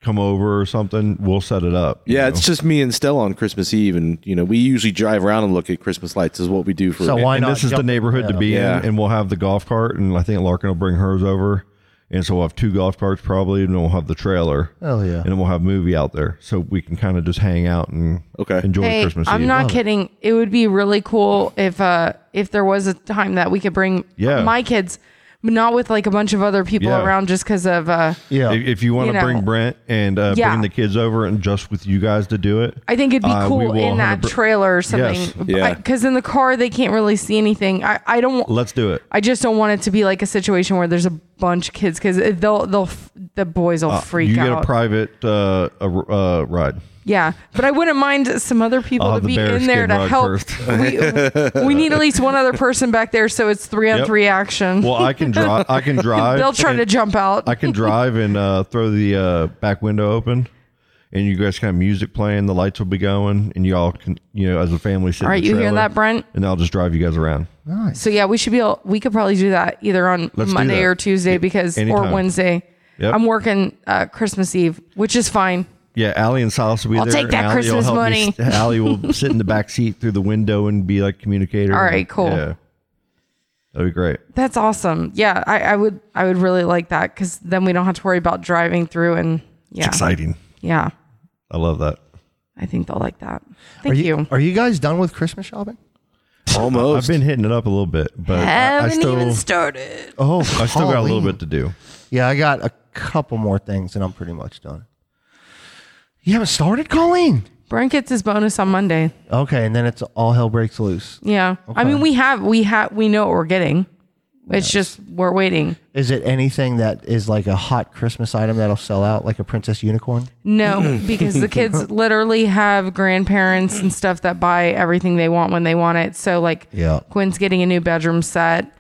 Speaker 7: come over or something, we'll set it up. you
Speaker 9: Yeah,
Speaker 7: know?
Speaker 9: it's just me and Stella on Christmas Eve, and you know we usually drive around and look at Christmas lights. Is what we do for.
Speaker 8: So why
Speaker 7: and
Speaker 8: not?
Speaker 7: this is the
Speaker 8: jump-
Speaker 7: neighborhood to
Speaker 8: yeah.
Speaker 7: be
Speaker 9: Yeah.
Speaker 7: in, and we'll have the golf cart, and I think Larkin will bring hers over, and so we'll have two golf carts probably, and then we'll have the trailer.
Speaker 8: Hell yeah.
Speaker 7: And then we'll have movie out there, so we can kind of just hang out and
Speaker 9: Okay.
Speaker 7: enjoy
Speaker 10: Hey,
Speaker 7: Christmas.
Speaker 10: I'm
Speaker 7: Eve.
Speaker 10: not kidding. It would be really cool if uh if there was a time that we could bring
Speaker 7: Yeah.
Speaker 10: my kids, but not with like a bunch of other people
Speaker 7: Yeah.
Speaker 10: around just because of uh
Speaker 8: Yeah.
Speaker 7: If, if you want
Speaker 10: You
Speaker 7: to
Speaker 10: know.
Speaker 7: bring Brent and uh,
Speaker 10: Yeah.
Speaker 7: bring the kids over, and just with you guys to do it,
Speaker 10: I think it'd be
Speaker 7: Uh, we
Speaker 10: cool
Speaker 7: will
Speaker 10: in that
Speaker 7: 100%
Speaker 10: trailer or something.
Speaker 7: Yes.
Speaker 9: Yeah.
Speaker 10: Because in the car they can't really see anything. I, I don't. want-
Speaker 7: let's do it.
Speaker 10: I just don't want it to be like a situation where there's a bunch of kids because they'll they'll f- the boys will freak
Speaker 7: Uh, you
Speaker 10: out.
Speaker 7: get a private uh, a, uh, ride.
Speaker 10: yeah, but I wouldn't mind some other people
Speaker 7: I'll have
Speaker 10: to
Speaker 7: the
Speaker 10: be
Speaker 7: bear
Speaker 10: in there
Speaker 7: skin
Speaker 10: to
Speaker 7: rug
Speaker 10: help. we, we need at least one other person back there so it's three on
Speaker 7: Yep.
Speaker 10: three action.
Speaker 7: Well, I can drive. I
Speaker 10: <laughs>
Speaker 7: can drive.
Speaker 10: They'll try
Speaker 7: and-
Speaker 10: to jump out.
Speaker 7: I can drive and uh, throw the uh, back window open, and you guys can have music playing. The lights will be going, and y'all can, you know, as a family. Sit in
Speaker 10: All right,
Speaker 7: the
Speaker 10: you hear
Speaker 7: trailer,
Speaker 10: that, Brent?
Speaker 7: And I'll just drive you guys around.
Speaker 10: so yeah, we should be. Able, we could probably do that either on
Speaker 7: Let's do
Speaker 10: Monday
Speaker 7: that.
Speaker 10: or Tuesday because or
Speaker 7: anytime.
Speaker 10: Wednesday.
Speaker 7: Yep.
Speaker 10: I'm working uh, Christmas Eve, which is fine.
Speaker 7: Yeah, Allie and Silas will be
Speaker 10: I'll
Speaker 7: there.
Speaker 10: take that
Speaker 7: and Allie will
Speaker 10: Christmas
Speaker 7: help me
Speaker 10: money.
Speaker 7: s- <laughs> Allie will sit in the back seat through the window and be like communicator.
Speaker 10: All right, cool.
Speaker 7: Yeah, that'd be great.
Speaker 10: That's awesome. Yeah, I, I would I would really like that because then we don't have to worry about driving through and yeah
Speaker 7: Exciting.
Speaker 10: yeah.
Speaker 7: I love that.
Speaker 10: I think they'll like that.
Speaker 8: Are
Speaker 10: Thank you.
Speaker 8: Are you guys done with Christmas shopping?
Speaker 7: <laughs> I've
Speaker 9: almost.
Speaker 7: been hitting it up a little bit, but uh, I, I
Speaker 10: Haven't
Speaker 7: still,
Speaker 10: even started.
Speaker 8: Oh,
Speaker 7: I still got a little
Speaker 8: Colleen.
Speaker 7: bit to do.
Speaker 8: Yeah, I got a couple more things, and I'm pretty much done. You haven't started, Colleen?
Speaker 10: Brent gets his bonus on Monday.
Speaker 8: Okay, and then it's all hell breaks loose.
Speaker 10: Yeah, I mean we have we have we know what we're getting. It's just we're waiting.
Speaker 8: Is it anything that is like a hot Christmas item that'll sell out, like a princess unicorn? <laughs>
Speaker 10: No, because the kids literally have grandparents and stuff that buy everything they want when they want it. So like
Speaker 8: Yeah.
Speaker 10: Quinn's getting a new bedroom set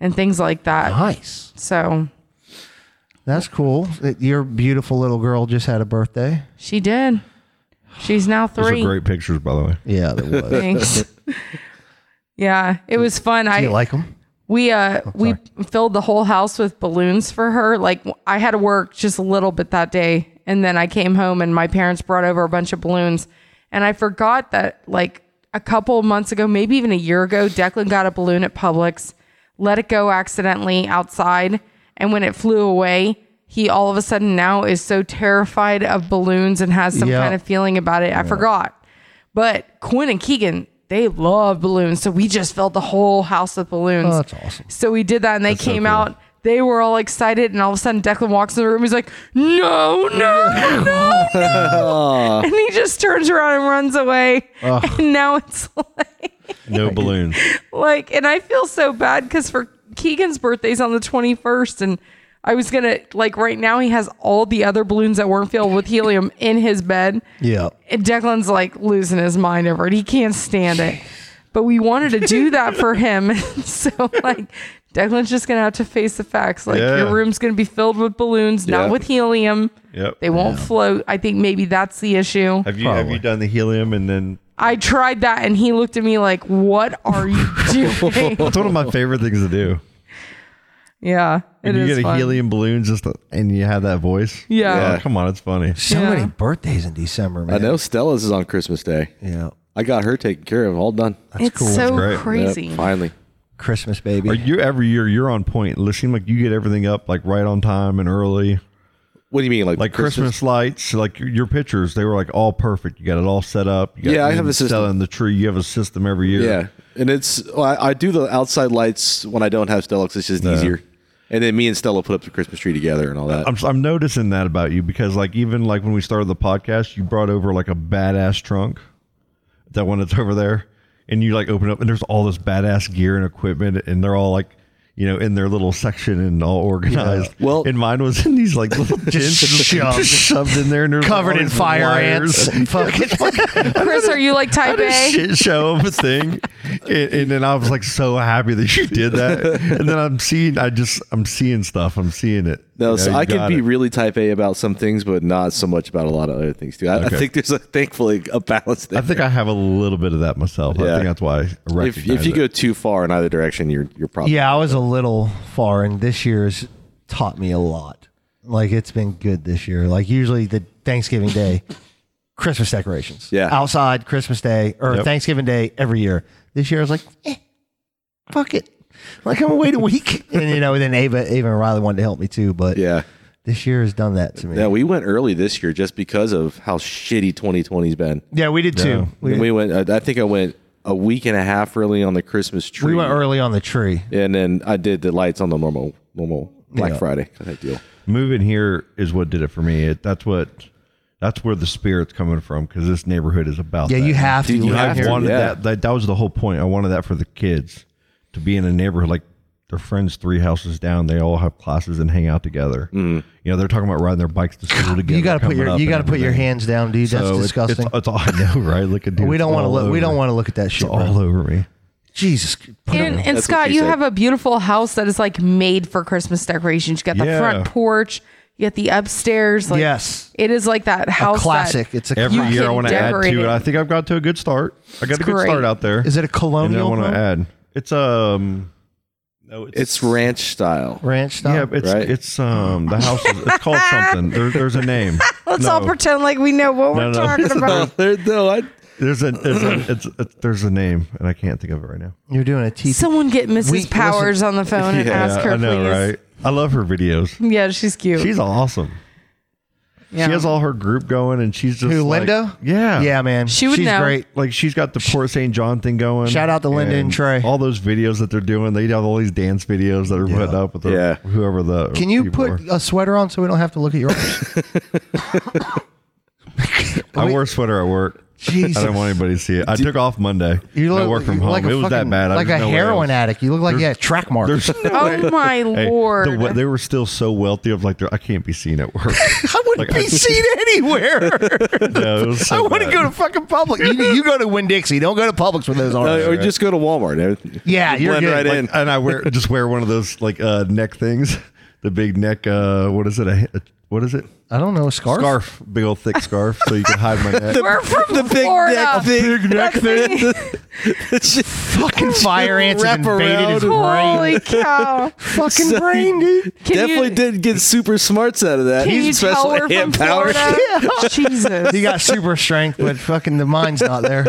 Speaker 10: and things like that.
Speaker 8: Uh-huh. Nice.
Speaker 10: So
Speaker 8: That's cool. That Your beautiful little girl just had a birthday.
Speaker 10: she did. She's now
Speaker 7: Those are
Speaker 10: three.
Speaker 7: great pictures, by the way.
Speaker 8: Yeah, that <laughs> was.
Speaker 10: Thanks. <laughs> yeah, it was fun. I
Speaker 8: Do you like them?
Speaker 10: we uh
Speaker 8: Oh,
Speaker 10: we filled the whole house with balloons for her. Like I had to work just a little bit that day, and then I came home and my parents brought over a bunch of balloons, and I forgot that like a couple of months ago, maybe even a year ago, Declan got a balloon at Publix, let it go accidentally outside, and when it flew away. He all of a sudden now is so terrified of balloons and has some
Speaker 8: Yeah.
Speaker 10: kind of feeling about it. I forgot. But Quinn and Keegan, they love balloons. So we just filled the whole house with balloons.
Speaker 8: Oh, that's awesome.
Speaker 10: So we did that and they came out. They were all excited. And all of a sudden, Declan walks in the room. He's like, no, no, no,
Speaker 8: <laughs>
Speaker 10: no. and he just turns around and runs away. And now it's like, <laughs>
Speaker 7: No balloons.
Speaker 10: like, and I feel so bad because for Keegan's birthday's on the 21st. And I was going to, like, right now, he has all the other balloons that weren't filled with helium in his bed.
Speaker 8: Yeah.
Speaker 10: And Declan's like losing his mind over it. He can't stand it. But we wanted to do that for him. <laughs> so like Declan's just gonna have to face the facts. Like
Speaker 7: Yeah.
Speaker 10: your room's gonna be filled with balloons, not
Speaker 9: Yeah.
Speaker 10: with helium.
Speaker 7: Yep.
Speaker 10: They won't float. I think maybe that's the issue.
Speaker 7: Have you have you done the helium and then
Speaker 10: I tried that and he looked at me like, What
Speaker 7: <laughs>
Speaker 10: are you doing?
Speaker 7: That's one of
Speaker 9: Oh.
Speaker 7: my favorite things to do.
Speaker 10: yeah.
Speaker 7: When
Speaker 10: it
Speaker 7: you
Speaker 10: is
Speaker 7: get a
Speaker 10: fun.
Speaker 7: helium balloon just to- and you have that voice.
Speaker 10: Yeah.
Speaker 7: Oh, come on, it's funny.
Speaker 8: So
Speaker 10: Yeah.
Speaker 8: many birthdays in December, man.
Speaker 9: I know Stella's is on Christmas Day.
Speaker 8: Yeah.
Speaker 9: I got her taken care of. All done.
Speaker 10: it's
Speaker 8: cool. That's
Speaker 10: so
Speaker 7: great.
Speaker 10: crazy.
Speaker 9: Yep, finally.
Speaker 8: Christmas
Speaker 7: Are
Speaker 8: baby.
Speaker 7: you every year you're on point? It seems like you get everything up like right on time and early.
Speaker 9: What do you mean, like
Speaker 7: Like Christmas, lights, like your, your pictures, they were like all perfect. You got it all set up. You got
Speaker 9: Yeah, I
Speaker 7: you
Speaker 9: have a system.
Speaker 7: Selling the tree, you have a system every year.
Speaker 9: Yeah, and it's well, I, I do the outside lights when I don't have Stella. 'cause It's just easier. And then me and Stella put up the Christmas tree together and all that.
Speaker 7: I'm, I'm noticing that about you because like even like when we started the podcast, you brought over like a badass trunk, that <laughs> one that's over there, and you like open up and there's all this badass gear and equipment, and they're all like, you know, in their little section and all organized. Well, and mine was in these like little tins and
Speaker 8: shoved.
Speaker 7: just shoved in there, and there was
Speaker 8: Covered
Speaker 7: all
Speaker 8: in
Speaker 7: these
Speaker 8: fire ants
Speaker 7: wires. <laughs>
Speaker 8: and <laughs> fucking-
Speaker 10: Chris, are you <laughs> like
Speaker 7: I
Speaker 10: type
Speaker 7: did
Speaker 10: A?
Speaker 7: shit show him a thing, and, and then I was like so happy that you did that. And then I'm seeing, I just I'm seeing stuff. I'm seeing it.
Speaker 9: No,
Speaker 7: You
Speaker 9: so
Speaker 7: know,
Speaker 9: I
Speaker 7: you
Speaker 9: can
Speaker 7: got
Speaker 9: be
Speaker 7: it.
Speaker 9: really type A about some things, but not so much about a lot of other things too. I, I
Speaker 7: Okay.
Speaker 9: think there's a, thankfully a balance there.
Speaker 7: I think I have a little bit of that myself. I
Speaker 9: Yeah.
Speaker 7: think that's why I recognize
Speaker 9: if, if you
Speaker 7: it.
Speaker 9: go too far in either direction, you're you're probably
Speaker 8: Yeah, I was a little far, and this year's taught me a lot. Like it's been good this year. Like usually the Thanksgiving Day, <coughs> Christmas decorations.
Speaker 9: Yeah.
Speaker 8: outside Christmas Day or
Speaker 7: Yep.
Speaker 8: Thanksgiving Day every year. This year I was like, eh, fuck it. Like I'm gonna wait a week, and you know, then Ava, Ava and Riley wanted to help me too, but
Speaker 9: yeah.
Speaker 8: this year has done that to me.
Speaker 9: Yeah, we went early this year just because of how shitty 2020's been.
Speaker 8: Yeah, we did too.
Speaker 9: We,
Speaker 8: We,
Speaker 9: we went. uh, I think I went a week and a half early on the Christmas tree.
Speaker 8: we went early on the tree.
Speaker 9: and then I did the lights on the normal normal Black
Speaker 8: Yeah.
Speaker 9: Friday kind of deal.
Speaker 7: moving here is what did it for me. It, that's what that's where the spirit's coming from because this neighborhood is about.
Speaker 8: Yeah,
Speaker 7: that.
Speaker 8: you have to.
Speaker 9: Dude, you
Speaker 8: live
Speaker 9: have
Speaker 7: I
Speaker 8: here.
Speaker 9: to.
Speaker 7: wanted
Speaker 9: Yeah.
Speaker 7: that, that. That was the whole point. I wanted that for the kids to be in a neighborhood like their friends three houses down. They all have classes and hang out together.
Speaker 9: Mm.
Speaker 7: You know, they're talking about riding their bikes to school together.
Speaker 8: You gotta put
Speaker 7: coming
Speaker 8: your
Speaker 7: up
Speaker 8: you
Speaker 7: and
Speaker 8: gotta put your
Speaker 7: everything.
Speaker 8: hands down, dude. That's
Speaker 7: So it's-
Speaker 8: disgusting.
Speaker 7: It's, it's all I know, right? Look at dude,
Speaker 8: we
Speaker 7: it's
Speaker 8: don't want to
Speaker 7: all
Speaker 8: look. We
Speaker 7: over.
Speaker 8: don't want to look at that shit.
Speaker 7: It's all
Speaker 8: bro.
Speaker 7: over me.
Speaker 8: Jesus. Put it
Speaker 10: And,
Speaker 8: away.
Speaker 10: and
Speaker 9: That's what
Speaker 10: Scott,
Speaker 9: she
Speaker 10: you
Speaker 9: said.
Speaker 10: have a beautiful house that is like made for Christmas decorations. You got the front
Speaker 7: Yeah.
Speaker 10: porch, you got the upstairs. Like,
Speaker 8: yes.
Speaker 10: It is like that
Speaker 8: A
Speaker 10: house. that-
Speaker 8: classic. It's a
Speaker 7: Every
Speaker 10: You
Speaker 7: year I
Speaker 10: can
Speaker 7: want to add
Speaker 10: decorate
Speaker 7: to it.
Speaker 10: it.
Speaker 7: I think I've got to a good start. I got
Speaker 10: It's
Speaker 7: a good
Speaker 10: great.
Speaker 7: start out there.
Speaker 8: Is it a
Speaker 7: and I
Speaker 8: colonial
Speaker 7: want to
Speaker 8: home?
Speaker 7: add. It's um. No,
Speaker 9: It's ranch style.
Speaker 8: ranch
Speaker 7: Yeah,
Speaker 8: style?
Speaker 7: it's
Speaker 9: Right?
Speaker 7: it's um the house is it's called something. There, there's a name.
Speaker 10: <laughs> Let's
Speaker 7: No,
Speaker 10: all pretend like we know what
Speaker 7: No,
Speaker 10: we're
Speaker 7: no.
Speaker 10: talking
Speaker 9: <laughs>
Speaker 10: about.
Speaker 9: There, no, I, uh,
Speaker 7: There's a there's a it's, it's there's a name, and I can't think of it right now.
Speaker 8: You're doing a teeth.
Speaker 10: Someone get Mrs.
Speaker 8: We-
Speaker 10: Powers on the phone and ask her,
Speaker 7: I know,
Speaker 10: please.
Speaker 7: right? I love her videos.
Speaker 10: Yeah, she's cute.
Speaker 7: She's awesome.
Speaker 10: yeah.
Speaker 7: She has all her group going, and she's just
Speaker 8: Who,
Speaker 7: like-
Speaker 8: Linda?
Speaker 7: Yeah,
Speaker 8: yeah, man.
Speaker 10: She would
Speaker 8: She's
Speaker 10: know.
Speaker 8: great.
Speaker 7: Like she's got the Port St. John thing going.
Speaker 8: Shout out to Linda and Trey.
Speaker 7: All those videos that they're doing, they have all these dance videos that are putting up with the,
Speaker 9: Yeah.
Speaker 7: whoever the.
Speaker 8: Can you
Speaker 7: people are.
Speaker 8: put a sweater on so we don't have to look at
Speaker 7: <laughs>
Speaker 8: your
Speaker 7: I wore a sweater at work. I
Speaker 8: Jesus.
Speaker 7: don't want anybody to see it. I took off Monday.
Speaker 8: You
Speaker 7: I work from home.
Speaker 8: like a
Speaker 7: it was
Speaker 8: fucking-
Speaker 7: that bad. I
Speaker 8: Like a
Speaker 7: didn't know where I
Speaker 8: heroin
Speaker 7: was.
Speaker 8: addict. You look like you had track marks.
Speaker 7: There's no way.
Speaker 10: oh my
Speaker 7: Hey, the
Speaker 10: lord.
Speaker 7: wa- they were still so wealthy of like, they're- I can't be seen
Speaker 8: <laughs>
Speaker 7: at work.
Speaker 8: <laughs> I wouldn't
Speaker 7: Like,
Speaker 8: be
Speaker 7: I- <laughs>
Speaker 8: seen anywhere.
Speaker 7: no,
Speaker 8: <laughs>
Speaker 7: it was so
Speaker 8: I wouldn't
Speaker 7: bad.
Speaker 8: go to fucking Publix. You, you go to Winn Dixie. Don't go to Publix with
Speaker 7: <laughs>
Speaker 8: those arms.
Speaker 9: uh, or just go to Walmart. Everything-
Speaker 8: yeah,
Speaker 9: Just
Speaker 8: you're
Speaker 9: blend
Speaker 8: good.
Speaker 9: right in.
Speaker 7: And I wear just wear one of those like uh, neck things, the big neck. Uh, what is it? A, a- what is it?
Speaker 8: I don't know a scarf.
Speaker 7: Scarf, big old thick scarf, so you can hide
Speaker 8: <laughs>
Speaker 7: my neck.
Speaker 10: we're from
Speaker 9: the big
Speaker 10: Florida.
Speaker 9: neck thing.
Speaker 10: Big neck
Speaker 9: <laughs>
Speaker 10: thing.
Speaker 8: Fucking fire ants have
Speaker 9: Wrap
Speaker 8: invaded his brain.
Speaker 10: Holy cow.
Speaker 8: Fucking brain,
Speaker 7: <laughs>
Speaker 8: dude.
Speaker 10: Can
Speaker 9: Definitely
Speaker 10: you,
Speaker 9: did get super smarts out of that.
Speaker 10: Can you tell
Speaker 9: Especially
Speaker 10: we're from
Speaker 9: hand power.
Speaker 10: Florida?
Speaker 9: <laughs>
Speaker 10: Jesus.
Speaker 8: He got super strength, but fucking the mind's not there.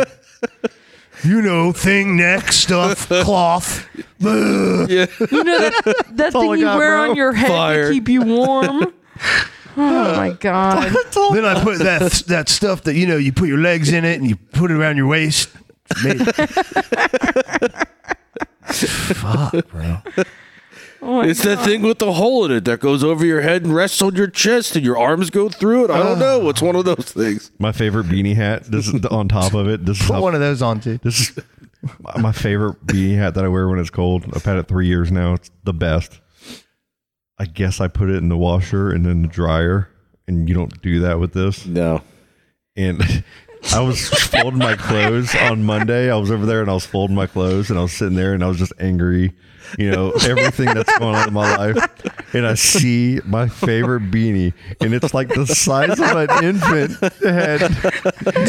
Speaker 8: You know, thing, neck, stuff, cloth.
Speaker 10: You know that, that thing
Speaker 8: I
Speaker 10: you
Speaker 8: got,
Speaker 10: wear
Speaker 8: bro.
Speaker 10: on your head
Speaker 9: Fire.
Speaker 10: to keep you
Speaker 7: <laughs>
Speaker 10: warm. Oh my god.
Speaker 8: Then I put that that stuff that you know you put your legs in it and you put it around your waist. Made it- Fuck, bro.
Speaker 10: Oh my
Speaker 9: It's that thing with the hole in it that goes over your head and rests on your chest, and your arms go through it. I don't know. It's one of those things.
Speaker 7: my favorite beanie hat. This is on top of it. This
Speaker 8: <laughs>
Speaker 7: is
Speaker 8: Put
Speaker 7: how
Speaker 8: one of those on too.
Speaker 7: This is my- my favorite beanie hat that I wear when it's cold. I've had it three years now. It's the best. I guess I put it in the washer and then the dryer, and you don't do that with this.
Speaker 9: No.
Speaker 7: And <laughs> I was folding my clothes on Monday. I was over there and I was folding my clothes, and I was sitting there and I was just angry, you know, everything that's going on in my life. And I see my favorite beanie, and it's like the size of an infant head.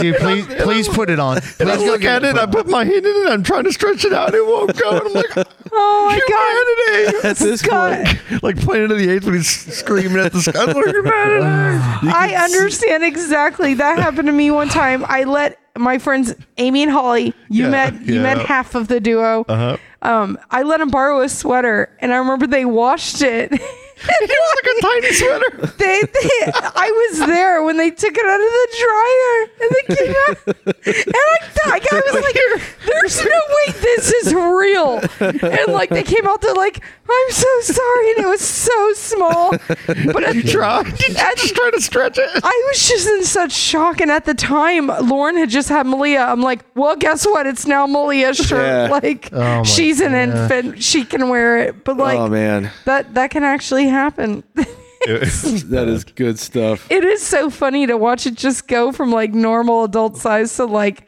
Speaker 8: Dude, please please put it on. Please
Speaker 7: I look at it. I put my hand in it. I'm trying to stretch it out. It won't go. And I'm like,
Speaker 10: Oh my god.
Speaker 7: humanity.
Speaker 9: At this
Speaker 10: God.
Speaker 9: point,
Speaker 7: like playing into the eighth when he's screaming at the sky. I'm like, humanity.
Speaker 10: I understand exactly. That happened to me one time. I let my friends Amy and Holly, you
Speaker 7: Yeah,
Speaker 10: met you met
Speaker 7: yeah.
Speaker 10: half of the duo.
Speaker 7: Uh-huh.
Speaker 10: Um, I let them borrow a sweater and I remember they washed it. <laughs>
Speaker 7: It was like a tiny sweater.
Speaker 10: they, they I was there when they took it out of the dryer and they came out and I, I was like there's no way this is real and like they came out to like, I'm so sorry, and it was so small. But
Speaker 8: Did you try? Did you
Speaker 10: just
Speaker 8: try to stretch it?
Speaker 10: I was just in such shock, and at the time, Lauren had just had Malia. I'm like, well, guess what? It's now Malia's shirt.
Speaker 9: Yeah.
Speaker 10: Like
Speaker 9: Oh my
Speaker 10: she's an
Speaker 9: gosh.
Speaker 10: infant, she can wear it. But like
Speaker 9: oh man,
Speaker 10: that that can actually happen. <laughs>
Speaker 9: that is good stuff.
Speaker 10: It is so funny to watch it just go from like normal adult size to like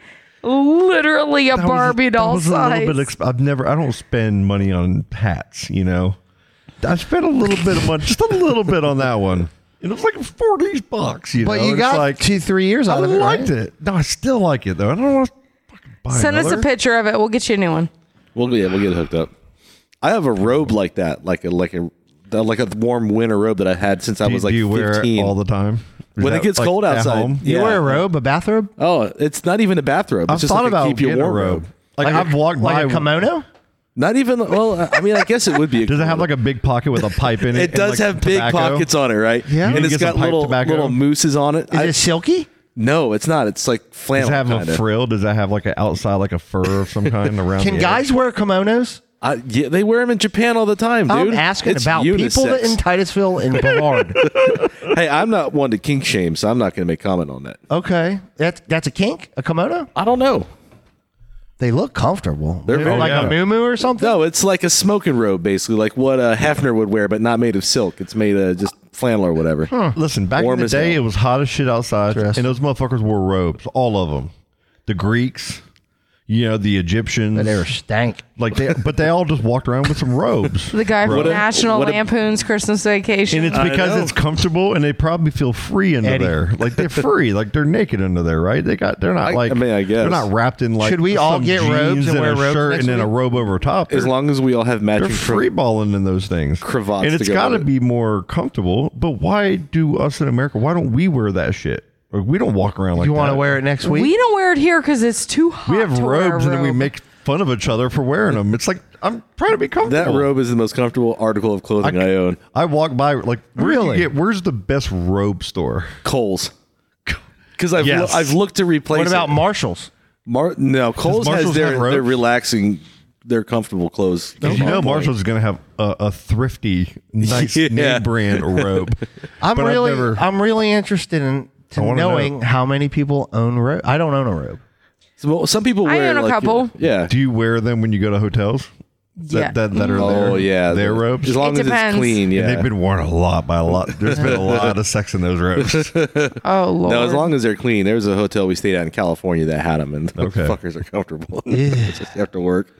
Speaker 10: literally a
Speaker 7: That was-
Speaker 10: Barbie
Speaker 7: that
Speaker 10: doll
Speaker 7: was a little
Speaker 10: size.
Speaker 7: bit exp- I've never. I don't spend money on hats. You know, I spent a little bit of money, just a little bit on that one. It was like forty bucks. You
Speaker 8: But
Speaker 7: know,
Speaker 8: you
Speaker 7: It's
Speaker 8: got
Speaker 7: like,
Speaker 8: two, three years out
Speaker 7: I
Speaker 8: of it,
Speaker 7: liked
Speaker 8: right?
Speaker 7: it. No, I still like it though. I don't want to buy
Speaker 10: Send us a
Speaker 9: another?
Speaker 10: picture of it. We'll get you a new one.
Speaker 9: We'll yeah, we'll get hooked up. I have a robe like that, like a like a like a warm winter robe that I had since I
Speaker 7: Do-
Speaker 9: was like
Speaker 7: do you
Speaker 9: 15.
Speaker 7: wear it all the time? Is
Speaker 9: when
Speaker 7: that,
Speaker 9: it gets
Speaker 7: like,
Speaker 9: cold
Speaker 7: at
Speaker 9: outside.
Speaker 7: home?
Speaker 8: You wear a robe, a bathrobe?
Speaker 9: Oh, it's not even a bathrobe. It's
Speaker 8: I've
Speaker 9: just
Speaker 8: thought
Speaker 9: like
Speaker 8: about
Speaker 9: a keep you
Speaker 8: getting a
Speaker 9: warm
Speaker 8: robe.
Speaker 9: robe.
Speaker 8: Like, I've walked like a by- kimono?
Speaker 9: Not even. Well, I mean, I guess it would be. A
Speaker 7: <laughs> Does it have like a big pocket with a pipe in it?
Speaker 9: It does have big pockets on it, right?
Speaker 7: Yeah.
Speaker 9: and
Speaker 7: You can
Speaker 9: it's
Speaker 7: get some
Speaker 9: got
Speaker 7: pipe
Speaker 9: little
Speaker 7: tobacco.
Speaker 9: little mooses on it. Is
Speaker 8: it silky?
Speaker 9: No, it's not. It's like flannel.
Speaker 7: Does it have
Speaker 9: kinda.
Speaker 7: a frill? Does that have like an outside, like a fur of <laughs> some kind around?
Speaker 8: Can
Speaker 7: the
Speaker 8: guys wear kimonos?
Speaker 9: I, yeah, they wear them in Japan all the time, dude.
Speaker 8: I'm asking
Speaker 9: It's
Speaker 8: about people that
Speaker 9: unisex.
Speaker 8: in Titusville and Brevard.
Speaker 9: hey, I'm not one to kink shame, so I'm not going to make comment on that.
Speaker 8: okay, that's that's a kink, a kimono.
Speaker 9: I don't know.
Speaker 8: They look comfortable.
Speaker 9: They're very
Speaker 8: like a
Speaker 9: good.
Speaker 8: muumuu or something.
Speaker 9: No, it's like a smoking robe, basically, like what uh, Hefner would wear, but not made of silk. It's made of just flannel or whatever.
Speaker 7: Listen, back
Speaker 9: Warm
Speaker 7: in the
Speaker 9: as
Speaker 7: day,
Speaker 9: hell.
Speaker 7: it was hot as shit outside, and those motherfuckers wore robes, all of them. The Greeks, you know, the Egyptians, they were
Speaker 8: stank.
Speaker 7: Like they, but they all just walked around with some robes.
Speaker 10: The guy from
Speaker 7: What a-
Speaker 10: National
Speaker 7: what a-
Speaker 10: Lampoon's Christmas Vacation. Uh,
Speaker 7: And it's because it's comfortable, and they probably feel free under
Speaker 8: Eddie.
Speaker 7: there. Like they're free, like they're naked under there, right? They got, they're not
Speaker 9: I-
Speaker 7: like,
Speaker 9: I mean, I guess.
Speaker 7: they're not wrapped in like.
Speaker 8: Should we all
Speaker 7: some
Speaker 8: get
Speaker 7: jeans
Speaker 8: robes and wear
Speaker 7: a
Speaker 8: robes
Speaker 7: shirt
Speaker 8: next
Speaker 7: and then a
Speaker 8: week?
Speaker 7: robe over top?
Speaker 9: As
Speaker 7: They're-
Speaker 9: long as we all have
Speaker 7: they're
Speaker 9: matching
Speaker 7: free
Speaker 9: cra-
Speaker 7: balling in those things.
Speaker 9: cravats,
Speaker 7: and it's
Speaker 9: to go
Speaker 7: got to
Speaker 9: with it.
Speaker 7: be more comfortable. But why do us in America? Why don't we wear that shit? Or we don't walk around like
Speaker 8: you want
Speaker 7: that.
Speaker 8: to wear it next week?
Speaker 10: we don't wear it here because it's too hot.
Speaker 7: We have
Speaker 10: to wear a
Speaker 7: robes, and then we
Speaker 10: robe.
Speaker 7: make fun of each other for wearing them. It's like I'm trying to be
Speaker 9: That
Speaker 7: comfortable.
Speaker 9: robe is the most comfortable article of clothing I, own.
Speaker 7: I walk by like where do you
Speaker 8: Really?
Speaker 7: get- where's the best robe store?
Speaker 9: <laughs> Coles. Because I've
Speaker 7: Yes.
Speaker 9: lo- I've looked to replace.
Speaker 8: What about
Speaker 9: it.
Speaker 8: Marshalls?
Speaker 9: Mar- no? Coles has
Speaker 7: Marshalls
Speaker 9: their
Speaker 7: have robes?
Speaker 9: their relaxing, their comfortable clothes.
Speaker 7: 'Cause you know Marshall's is going to have a, a thrifty, nice
Speaker 9: <laughs> Yeah.
Speaker 7: name brand robe.
Speaker 8: <laughs> I'm
Speaker 7: But I've
Speaker 8: really,
Speaker 7: never-
Speaker 8: I'm really interested in to
Speaker 7: I wanna know.
Speaker 8: knowing how many people own robe. I don't own a robe.
Speaker 9: So, some people
Speaker 10: I
Speaker 9: wear
Speaker 10: own a
Speaker 9: like,
Speaker 10: couple.
Speaker 9: Yeah.
Speaker 7: do you wear them when you go to hotels? That,
Speaker 10: Yeah.
Speaker 7: that, that are
Speaker 9: Oh
Speaker 7: their-
Speaker 9: yeah,
Speaker 7: their
Speaker 9: the-
Speaker 7: robes.
Speaker 9: As long
Speaker 10: It
Speaker 9: as
Speaker 10: depends.
Speaker 9: it's clean,
Speaker 7: And
Speaker 9: yeah.
Speaker 7: they've been worn a lot by a lot. There's been a lot of sex in those robes.
Speaker 9: <laughs>
Speaker 10: Oh lord.
Speaker 9: No, as long as they're clean. There was a hotel we stayed at in California that had them, and the
Speaker 7: Okay.
Speaker 9: fuckers are comfortable. <laughs> Just after work.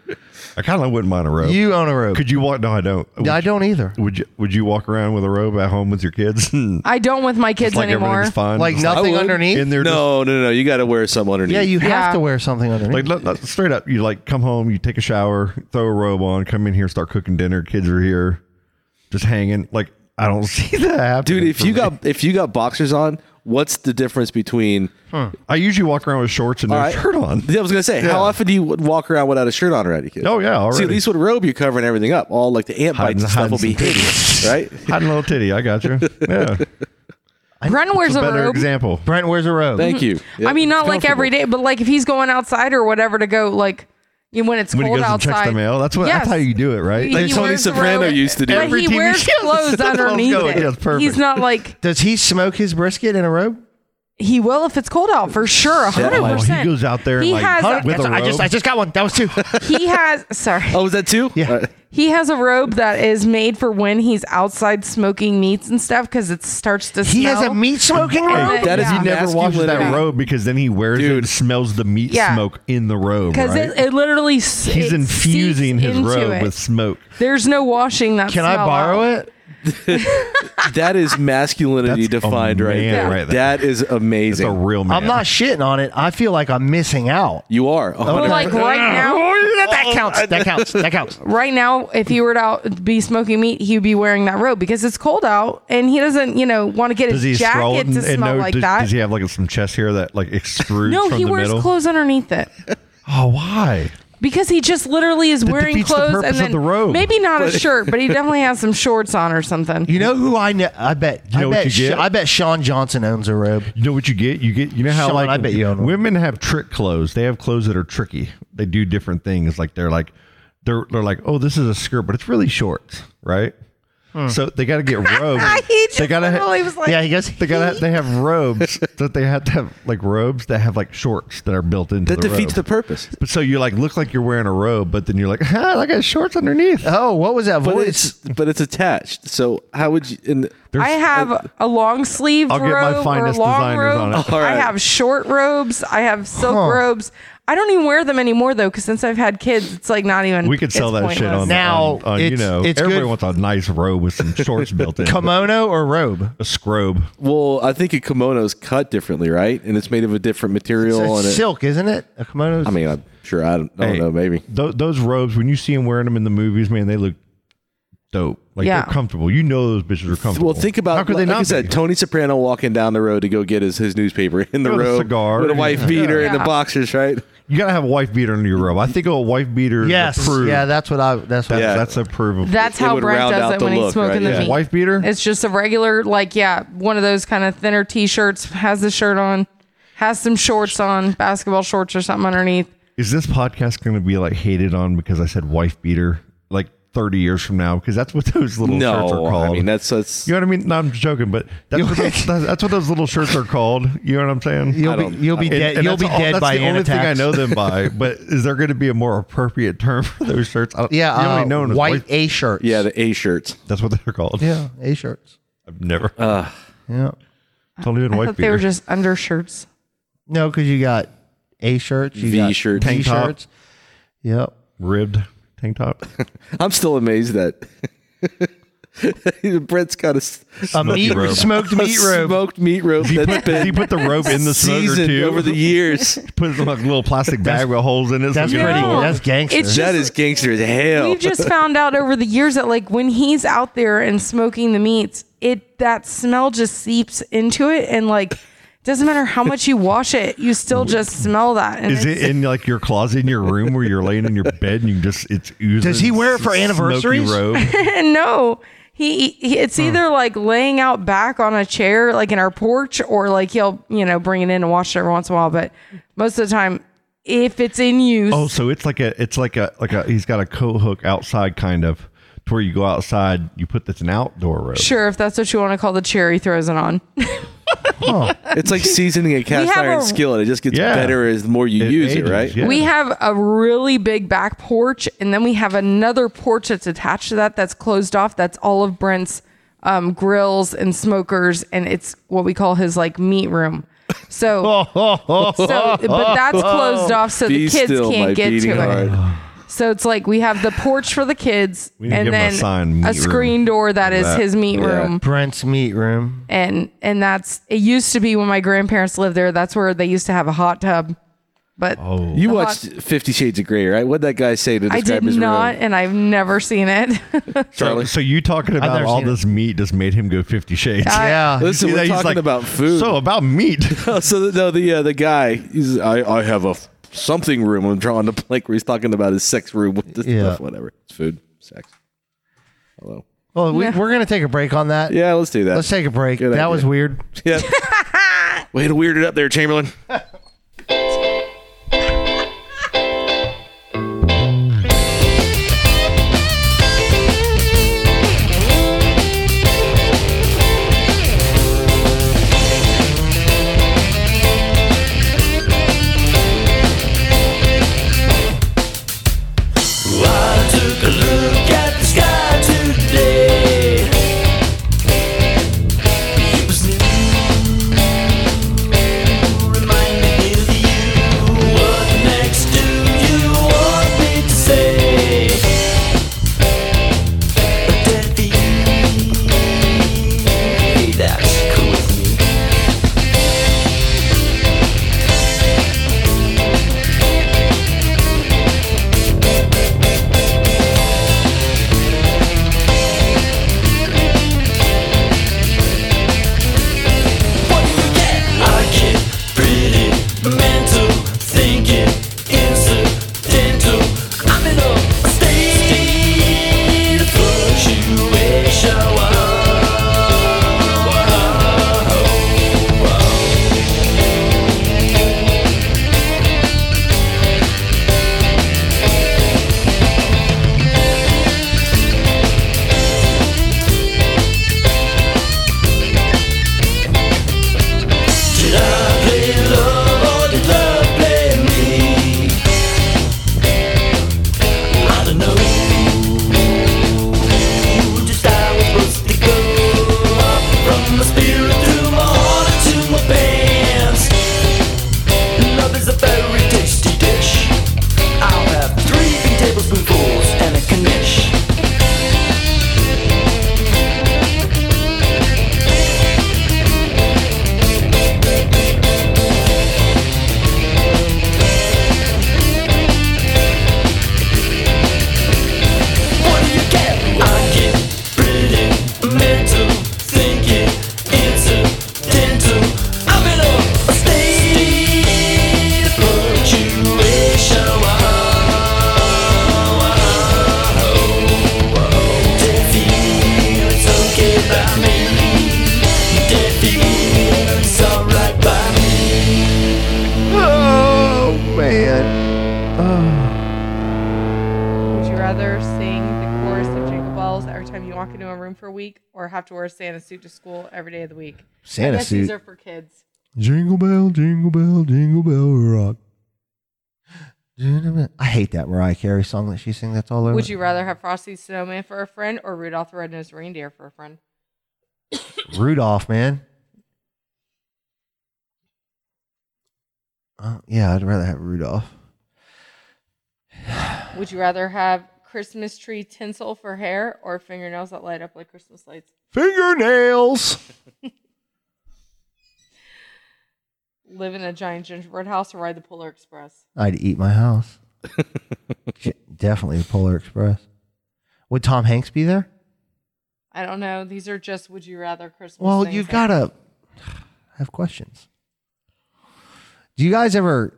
Speaker 7: I kind of wouldn't mind a robe.
Speaker 8: You own a robe.
Speaker 7: Could you walk? No, I don't. Would,
Speaker 8: I don't either.
Speaker 7: would you? Would you walk around with a robe at home with your kids? <laughs> like
Speaker 10: I don't with my kids anymore.
Speaker 7: everything's fine.
Speaker 8: Like
Speaker 7: Just
Speaker 8: nothing
Speaker 9: would.
Speaker 8: underneath.
Speaker 7: in there.
Speaker 9: No, no, no. You got to wear some underneath.
Speaker 8: yeah, you have
Speaker 10: Yeah.
Speaker 8: to wear something underneath.
Speaker 7: Like let- let- straight up, you like come home, you take a shower, throw a robe on, come in here, start cooking dinner. Kids are here, just hanging. Like I don't <laughs> see that happening,
Speaker 9: dude. If
Speaker 7: for <laughs>
Speaker 9: you
Speaker 7: me.
Speaker 9: got if you got boxers on, what's the difference between?
Speaker 7: I usually walk around with shorts and no
Speaker 9: All right.
Speaker 7: shirt on.
Speaker 9: Yeah, I was gonna say,
Speaker 7: Yeah.
Speaker 9: how often do you walk around without a shirt on already, kid?
Speaker 7: Oh yeah, already.
Speaker 9: See, at least with a robe, you're covering everything up. All like the ant bites
Speaker 7: Hiding-
Speaker 9: and stuff will be
Speaker 7: hiding
Speaker 9: hidden,
Speaker 7: <laughs>
Speaker 9: right?
Speaker 7: hiding a little titty. I <laughs> got you. Yeah,
Speaker 10: Bren wears a
Speaker 7: better
Speaker 10: robe.
Speaker 7: example.
Speaker 8: Brent wears a robe.
Speaker 9: Thank you.
Speaker 10: <laughs> I mean, not like every day, but like if he's going outside or whatever to go, like you know, when it's
Speaker 7: When he
Speaker 10: cold
Speaker 7: goes and
Speaker 10: outside.
Speaker 7: checks the mail, that's what.
Speaker 10: Yes.
Speaker 7: That's how you do it, right?
Speaker 10: He-
Speaker 7: Like,
Speaker 10: he
Speaker 9: Tony
Speaker 10: wears the
Speaker 9: Soprano
Speaker 10: robe,
Speaker 9: used to do.
Speaker 10: But
Speaker 7: Every
Speaker 10: he
Speaker 7: TV
Speaker 10: wears
Speaker 7: show.
Speaker 10: clothes <laughs>
Speaker 7: That's where I was
Speaker 10: underneath
Speaker 7: going.
Speaker 10: it.
Speaker 7: Yes, perfect.
Speaker 10: He's not like
Speaker 8: Does he smoke his brisket in a robe?
Speaker 10: he will if it's cold out for sure, a hundred
Speaker 7: oh,
Speaker 10: percent.
Speaker 7: he goes out there and
Speaker 10: He
Speaker 7: like
Speaker 10: has a-
Speaker 7: with a robe.
Speaker 8: I just, I just got one. That was two.
Speaker 7: <laughs>
Speaker 10: He has sorry.
Speaker 9: Oh, was that two?
Speaker 8: Yeah.
Speaker 9: All right.
Speaker 10: He has a robe that is made for when he's outside smoking meats and stuff because it starts
Speaker 8: <laughs>
Speaker 10: to
Speaker 8: he
Speaker 10: smell.
Speaker 8: has a meat smoking robe.
Speaker 10: that is
Speaker 7: he never washes that
Speaker 9: masculinity.
Speaker 7: robe because then he wears it
Speaker 9: Dude.
Speaker 7: and smells the meat
Speaker 10: Yeah.
Speaker 7: smoke in the robe.
Speaker 10: because
Speaker 7: Right?
Speaker 10: it, it literally s-
Speaker 7: He's
Speaker 10: it
Speaker 7: infusing
Speaker 10: seeps
Speaker 7: his
Speaker 10: into
Speaker 7: robe
Speaker 10: it.
Speaker 7: with smoke.
Speaker 10: There's no washing that.
Speaker 8: Can I
Speaker 10: smell
Speaker 8: borrow
Speaker 10: out.
Speaker 8: it?
Speaker 9: That
Speaker 7: <laughs>
Speaker 9: is masculinity
Speaker 7: That's a
Speaker 9: defined right
Speaker 7: man
Speaker 9: there.
Speaker 7: right there.
Speaker 9: That is
Speaker 7: It's a
Speaker 9: amazing.
Speaker 7: real man.
Speaker 8: I'm not shitting on it. I feel like I'm missing out.
Speaker 9: you are.
Speaker 7: Oh,
Speaker 9: a
Speaker 10: Well,
Speaker 9: hundred
Speaker 10: like
Speaker 9: percent.
Speaker 7: <laughs>
Speaker 10: right now,
Speaker 8: That counts. That counts. That counts.
Speaker 10: right now, if he were to out, be smoking meat, he'd be wearing that robe because it's cold out, and he doesn't, you know, want to get
Speaker 7: Does he
Speaker 10: his
Speaker 7: scroll it
Speaker 10: jacket
Speaker 7: and,
Speaker 10: to
Speaker 7: and
Speaker 10: smell
Speaker 7: no,
Speaker 10: like
Speaker 7: does,
Speaker 10: that.
Speaker 7: does he have like some chest hair that like extrudes
Speaker 10: no,
Speaker 7: from
Speaker 10: he
Speaker 7: the
Speaker 10: wears
Speaker 7: middle?
Speaker 10: clothes underneath it
Speaker 7: Oh, why?
Speaker 10: because he just literally
Speaker 7: <laughs>
Speaker 10: is wearing
Speaker 7: defeats the
Speaker 10: clothes
Speaker 7: purpose of
Speaker 10: and then
Speaker 7: the robe.
Speaker 10: maybe not a shirt, but he definitely has some shorts on or something.
Speaker 8: You know who I know? I bet.
Speaker 7: know
Speaker 8: I
Speaker 7: what
Speaker 8: bet.
Speaker 7: you
Speaker 8: Sh-
Speaker 7: get?
Speaker 8: I bet Sean Johnson owns a robe.
Speaker 7: You know what you get? You get you know how
Speaker 8: Sean,
Speaker 7: like
Speaker 8: I bet you own one.
Speaker 7: women have trick clothes. They have clothes that are tricky. They do different things. Like they're like they're they're like, oh, this is a skirt, but it's really short, right?
Speaker 8: Hmm.
Speaker 7: So they got to <laughs> get
Speaker 10: <laughs>
Speaker 7: robes.
Speaker 8: He
Speaker 7: they
Speaker 8: just literally was like, Yeah, he goes,
Speaker 7: They got they have <laughs> robes that they have to have like robes that have like shorts that are built into
Speaker 9: That defeats the
Speaker 7: purpose. But so you like look like you're wearing a robe, but then you're like, ah, I got shorts underneath.
Speaker 8: Oh, what was that
Speaker 9: But it's, but it's attached. So how would you? In
Speaker 10: I have a long sleeve
Speaker 9: I'll get my
Speaker 10: robe or a
Speaker 9: finest
Speaker 10: long
Speaker 9: designers
Speaker 10: robe.
Speaker 9: on it. All
Speaker 10: I
Speaker 9: right.
Speaker 10: have short robes. I have silk
Speaker 8: Huh.
Speaker 10: robes. I don't even wear them anymore though, because since I've had kids, it's like not even.
Speaker 7: we could sell
Speaker 10: it's
Speaker 7: that shit
Speaker 10: pointless.
Speaker 7: on
Speaker 8: Now,
Speaker 7: On, on, you
Speaker 8: it's-
Speaker 7: know,
Speaker 8: it's
Speaker 7: everybody
Speaker 8: good-
Speaker 7: wants a nice robe with
Speaker 9: <laughs>
Speaker 7: some shorts built in.
Speaker 8: kimono or robe?
Speaker 7: a scrobe.
Speaker 9: Well, I think a kimono is cut differently, right? And it's made of a different material.
Speaker 8: It's
Speaker 9: and it-
Speaker 8: silk, isn't it? A kimono.
Speaker 9: I mean, I'm sure. I don't, I don't
Speaker 7: Hey,
Speaker 9: know. Maybe.
Speaker 7: Tho- those robes, when you see them wearing them in the movies, man, they look dope. Like
Speaker 10: Yeah.
Speaker 7: they're comfortable. You know those bitches are comfortable.
Speaker 9: Well, think about
Speaker 7: how could they
Speaker 9: like
Speaker 7: not
Speaker 9: I said,
Speaker 7: be?
Speaker 9: Tony Soprano walking down the road to go get his, his newspaper in the
Speaker 7: With a
Speaker 9: robe
Speaker 7: cigar.
Speaker 9: with a wife beater and the
Speaker 10: Yeah.
Speaker 9: boxers, right?
Speaker 7: You gotta have a wife beater under your robe. I think a wife beater. is
Speaker 8: yes.
Speaker 7: approved.
Speaker 8: Yeah, that's what I. That's what.
Speaker 7: That's,
Speaker 9: Yeah.
Speaker 7: that's approvable.
Speaker 10: That's
Speaker 9: It
Speaker 10: how
Speaker 9: would
Speaker 10: Brent
Speaker 9: round
Speaker 10: does
Speaker 9: out
Speaker 10: it
Speaker 9: the
Speaker 10: when
Speaker 9: look,
Speaker 10: he's smoking
Speaker 9: right?
Speaker 10: the
Speaker 9: Yeah.
Speaker 10: meat.
Speaker 7: wife beater.
Speaker 10: It's just a regular, like, yeah, one of those kind of thinner t-shirts. Has the shirt on, has some shorts on, basketball shorts or something underneath.
Speaker 7: Is this podcast going to be like hated on because I said wife beater like 30 years from now? Because that's what those little shirts are
Speaker 9: No, I
Speaker 7: called.
Speaker 9: mean that's that's.
Speaker 7: you know what I mean? No, I'm joking, but that's what, those, that's, that's what those little shirts are called. You know what I'm saying?
Speaker 8: You'll be
Speaker 9: don't-
Speaker 8: you'll be
Speaker 7: And-
Speaker 8: dead.
Speaker 7: and
Speaker 8: you'll be
Speaker 7: that's all-
Speaker 8: dead
Speaker 7: that's
Speaker 8: by
Speaker 7: the only
Speaker 8: Anna
Speaker 7: thing I
Speaker 8: Tax.
Speaker 7: know
Speaker 8: <laughs>
Speaker 7: them by. But is there going to be a more appropriate term for those shirts? I don't-
Speaker 8: Yeah,
Speaker 7: you
Speaker 8: uh,
Speaker 7: only know them as
Speaker 8: white A shirts.
Speaker 9: Yeah, the A shirts.
Speaker 7: That's what they're called.
Speaker 8: yeah, A shirts.
Speaker 7: I've never.
Speaker 9: Uh,
Speaker 8: Yeah.
Speaker 7: It's only been
Speaker 10: I
Speaker 7: wife
Speaker 10: thought they were
Speaker 7: beater.
Speaker 10: just undershirts.
Speaker 8: No, because you got A shirts, you
Speaker 9: V
Speaker 8: got
Speaker 9: shirts.
Speaker 8: T
Speaker 9: Tank
Speaker 7: top.
Speaker 8: shirts. Yep.
Speaker 7: ribbed tank
Speaker 8: <laughs>
Speaker 7: top.
Speaker 9: I'm still amazed that <laughs> Brett's got a, s-
Speaker 8: A meat,
Speaker 7: robe.
Speaker 8: Um, smoked
Speaker 9: <laughs> a
Speaker 8: meat robe.
Speaker 9: smoked meat rope that's
Speaker 7: Did he
Speaker 9: been
Speaker 7: put the robe in the smoker
Speaker 9: seasoned
Speaker 7: too?
Speaker 9: over the <laughs> years.
Speaker 7: <laughs> Put it in like a little plastic bag with holes in it.
Speaker 8: That's
Speaker 7: you
Speaker 8: pretty.
Speaker 7: can-
Speaker 10: No.
Speaker 8: That's gangster.
Speaker 10: It's
Speaker 9: that is gangster as hell.
Speaker 10: We've just found out over the years that like when he's out there and smoking the meats, it that smell just seeps into it and like doesn't matter how much you wash it, you still just smell that. And
Speaker 7: Is it
Speaker 10: it's-
Speaker 7: in like your closet in your room where you're laying in your bed and you just it's oozing?
Speaker 8: Does he wear it for
Speaker 7: smoky
Speaker 8: anniversaries?
Speaker 7: Robe.
Speaker 10: <laughs> no. He, he it's either like laying out back on a chair like in our porch or like he'll, you know, bring it in and wash it every once in a while, but most of the time if it's in use,
Speaker 7: Oh, so it's like a it's like a like a he's got a coat hook outside kind of to where you go outside you put that's an outdoor robe.
Speaker 10: sure if that's what you want to call the chair he throws it on.
Speaker 9: It's
Speaker 10: <laughs>
Speaker 9: like seasoning a cast
Speaker 10: have
Speaker 9: iron
Speaker 10: a-
Speaker 9: skillet. It just gets
Speaker 7: Yeah.
Speaker 9: better as the more you
Speaker 7: It
Speaker 9: use it,
Speaker 7: ages,
Speaker 9: right?
Speaker 7: yeah.
Speaker 10: We have a really big back porch, and then we have another porch that's attached to that that's closed off. That's all of Brent's um, grills and smokers, and it's what we call his like meat room.
Speaker 7: <laughs>
Speaker 10: So, so but that's closed off, so
Speaker 9: Be
Speaker 10: the kids
Speaker 9: still, my
Speaker 10: can't get to
Speaker 9: beating
Speaker 10: it.
Speaker 9: heart.
Speaker 10: So it's like we have the porch for the kids,
Speaker 7: need to
Speaker 10: and
Speaker 7: give him a
Speaker 10: then
Speaker 7: sign, meat
Speaker 10: a,
Speaker 7: room.
Speaker 10: screen door that is
Speaker 7: that.
Speaker 10: his meat room
Speaker 8: Brent's meat room.
Speaker 10: and and that's it used to be when my grandparents lived there that's where they used to have a hot tub but
Speaker 7: Oh,
Speaker 9: You
Speaker 10: The
Speaker 9: watched Fifty Shades of Grey, right? What did that guy say to
Speaker 10: i
Speaker 9: describe
Speaker 10: did
Speaker 9: his
Speaker 10: not
Speaker 9: room?
Speaker 10: and i've never seen it <laughs>
Speaker 9: Charlie.
Speaker 7: So you talking about
Speaker 8: never
Speaker 7: all
Speaker 8: seen it.
Speaker 7: this meat just made him go fifty shades.
Speaker 8: yeah.
Speaker 9: Listen,
Speaker 7: See
Speaker 9: we're
Speaker 7: that? He's
Speaker 9: talking
Speaker 7: like,
Speaker 9: about food.
Speaker 7: So about meat.
Speaker 9: so
Speaker 7: <laughs>
Speaker 9: the, no, the uh, the guy, he's, I I have a f- something room. I'm drawing the blank where he's talking about his sex room with this
Speaker 8: Yeah.
Speaker 9: stuff, whatever. It's food, sex. Hello.
Speaker 8: Well, we, we're gonna take a break on that.
Speaker 9: Yeah, let's do that.
Speaker 8: Let's take a break.
Speaker 9: Good
Speaker 8: that
Speaker 9: idea.
Speaker 8: was weird.
Speaker 10: <laughs>
Speaker 9: Yeah. Way to weird it up there, Chamberlain.
Speaker 11: Reminded
Speaker 9: Oh,
Speaker 10: Would you rather sing the chorus of Jingle Bells every time you walk into a room for a week, or have to wear a Santa suit to school every day of the week?
Speaker 8: Santa
Speaker 10: I guess These
Speaker 8: suit.
Speaker 10: are for kids.
Speaker 8: Jingle bell, jingle bell, jingle bell rock. Jingle bell- I hate that Mariah Carey song that she sings. That's all over.
Speaker 10: Would you rather have Frosty the Snowman for a friend or Rudolph the Red-Nosed Reindeer for a friend?
Speaker 8: it. Rudolph, man. Uh, yeah, I'd rather have Rudolph.
Speaker 10: Would you rather have Christmas tree tinsel for hair or fingernails that light up like Christmas lights?
Speaker 8: Fingernails.
Speaker 10: Live in a giant gingerbread house or ride the Polar Express?
Speaker 8: I'd eat my
Speaker 9: <laughs>
Speaker 8: house. J- Definitely the Polar Express. Would Tom Hanks be there?
Speaker 10: I don't know. These are just would you rather Christmas.
Speaker 8: Well,
Speaker 10: things
Speaker 8: you've
Speaker 10: that-
Speaker 8: got to have questions. Do you guys ever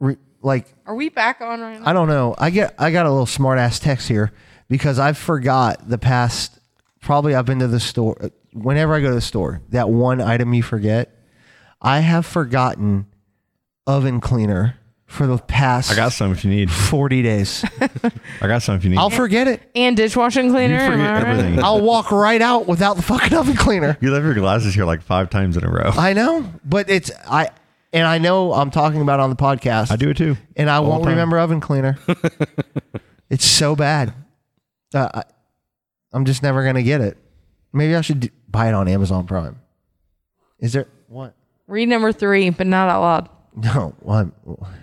Speaker 8: re- like?
Speaker 10: Are we back on right now?
Speaker 8: I don't know. I get I got a little smart ass text here because I forgot the past. Probably I've been to the store. Whenever I go to the store, that one item you forget, I have forgotten oven cleaner for the past.
Speaker 7: I got some if you need.
Speaker 8: Forty
Speaker 7: <laughs>
Speaker 8: days.
Speaker 7: I got some if you need.
Speaker 8: I'll forget it.
Speaker 10: And dishwashing cleaner. am I right?
Speaker 8: I'll walk right out without the fucking oven cleaner.
Speaker 7: You left your glasses here like five times in a row.
Speaker 8: I know, but it's I and I know I'm talking about it on the podcast.
Speaker 7: I do it too.
Speaker 8: and I
Speaker 7: all the
Speaker 8: won't
Speaker 7: time.
Speaker 8: remember oven
Speaker 7: <laughs>
Speaker 8: cleaner. it's so bad. Uh, I, I'm just never gonna get it. Maybe I should d- buy it on Amazon Prime. Is there what?
Speaker 10: Read number three, but not out loud.
Speaker 8: <laughs> No, one. <sighs>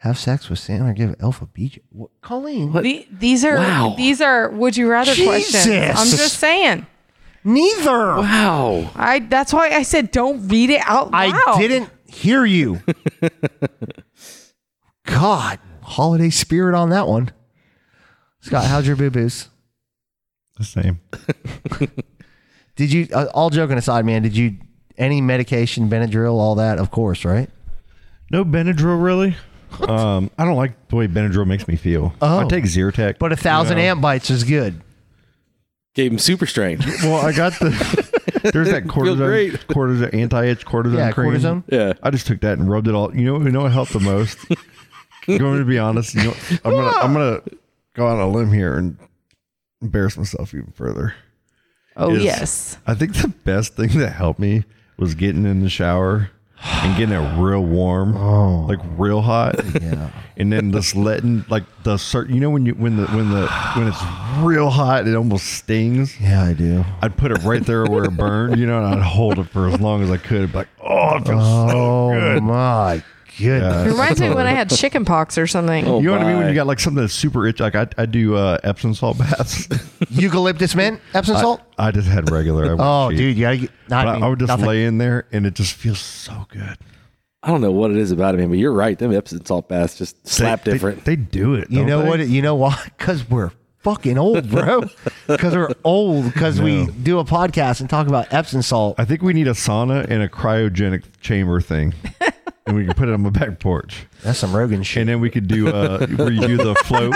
Speaker 8: Have sex with Santa or give Elf a BJ? What, Colleen, what?
Speaker 10: The- these are
Speaker 9: Wow.
Speaker 10: these are would you rather questions.
Speaker 8: Jesus.
Speaker 10: I'm just saying.
Speaker 8: neither.
Speaker 9: Wow.
Speaker 10: I that's why I said don't read it out loud.
Speaker 8: I didn't hear you. God, holiday spirit on that one. Scott, how's your boo boos?
Speaker 7: The same.
Speaker 8: Did you, uh, all joking aside, man, did you, any medication, Benadryl, all that, of course, right?
Speaker 7: No Benadryl, really. um, I don't like the way Benadryl makes me feel.
Speaker 8: Oh.
Speaker 7: I take Zyrtec,
Speaker 8: But a thousand amp bites is good.
Speaker 9: Gave him super
Speaker 10: <laughs>
Speaker 9: strength.
Speaker 7: Well, I got the. There's that cortisone,
Speaker 9: great.
Speaker 7: cortisone anti-itch cortisone
Speaker 8: Yeah,
Speaker 7: cream.
Speaker 8: cortisone.
Speaker 9: Yeah.
Speaker 7: I just took that and rubbed it all. You know, you know what helped the most. I'm going to be honest. You know, I'm gonna I'm gonna go out on a limb here and embarrass myself even further.
Speaker 10: Oh
Speaker 7: Is-
Speaker 10: yes.
Speaker 7: I think the best thing that helped me was getting in the shower and getting it real warm, like real hot. Yeah. And then just letting like the certain, you know, when you when the when the when it's real hot, it almost stings.
Speaker 8: Yeah, I do.
Speaker 7: I'd put it right there where it burned, you know, and I'd hold it for as long as I could. Like, oh, it feels
Speaker 8: Oh,
Speaker 7: so good.
Speaker 8: my goodness.
Speaker 10: It reminds me when I had chicken pox or something.
Speaker 9: Oh,
Speaker 7: You know what I mean? When
Speaker 9: my.
Speaker 7: you got like something that's super itchy, like I, I do uh, Epsom
Speaker 9: <laughs>
Speaker 7: salt baths.
Speaker 8: Eucalyptus mint, Epsom salt.
Speaker 7: I just had regular. <laughs> I wouldn't
Speaker 8: Oh,
Speaker 7: cheat.
Speaker 8: dude, you gotta get,
Speaker 7: But
Speaker 8: not,
Speaker 7: I, I would just
Speaker 8: nothing.
Speaker 7: lay in there, and it just feels so good.
Speaker 9: I don't know what it is about him, but you're right. Them Epsom salt baths just slap
Speaker 7: They- they-
Speaker 9: different.
Speaker 7: They, do it.
Speaker 8: You
Speaker 7: don't
Speaker 8: know
Speaker 7: they?
Speaker 8: what? You know why? <laughs> Because we're fucking old, bro. Because we're old. Because we do a podcast and talk about Epsom salt.
Speaker 7: I think we need a sauna and a cryogenic chamber <laughs> thing, and we can put it on my back porch.
Speaker 8: That's some Rogan shit.
Speaker 7: And then we could do uh, where you do the float.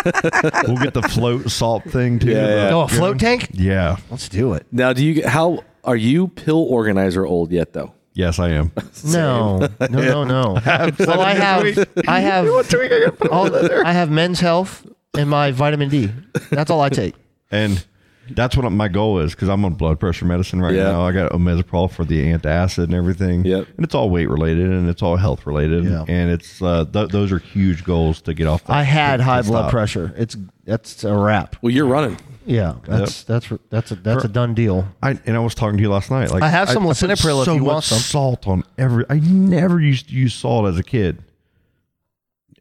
Speaker 7: We'll get the float salt thing too.
Speaker 9: Yeah, yeah.
Speaker 8: oh, a float tank?
Speaker 7: Yeah.
Speaker 8: Let's do it.
Speaker 9: now, do you? How are you? Pill organizer old yet though?
Speaker 7: Yes,
Speaker 9: <laughs>
Speaker 7: I am.
Speaker 8: No, no, no, no. well, I have, I have, <laughs> all the- I have Men's Health and my vitamin D. That's all I take.
Speaker 7: And that's what my goal is because I'm on blood pressure medicine right
Speaker 9: Yeah.
Speaker 7: now. I got omeprazole for the antacid and everything.
Speaker 9: Yep.
Speaker 7: And it's all weight related and it's all health related.
Speaker 8: Yeah.
Speaker 7: And it's uh, th- those are huge goals to get off. That,
Speaker 8: I had
Speaker 7: to- to
Speaker 8: high blood
Speaker 7: stop.
Speaker 8: pressure. It's that's a wrap.
Speaker 9: Well, you're running.
Speaker 8: Yeah, that's that's that's a that's a done deal.
Speaker 7: I, and I was talking to you last night. Like
Speaker 8: I have some
Speaker 7: put
Speaker 8: lisinopril if
Speaker 7: so
Speaker 8: you want
Speaker 7: much
Speaker 8: some.
Speaker 7: salt on every. I never used to use salt as a kid.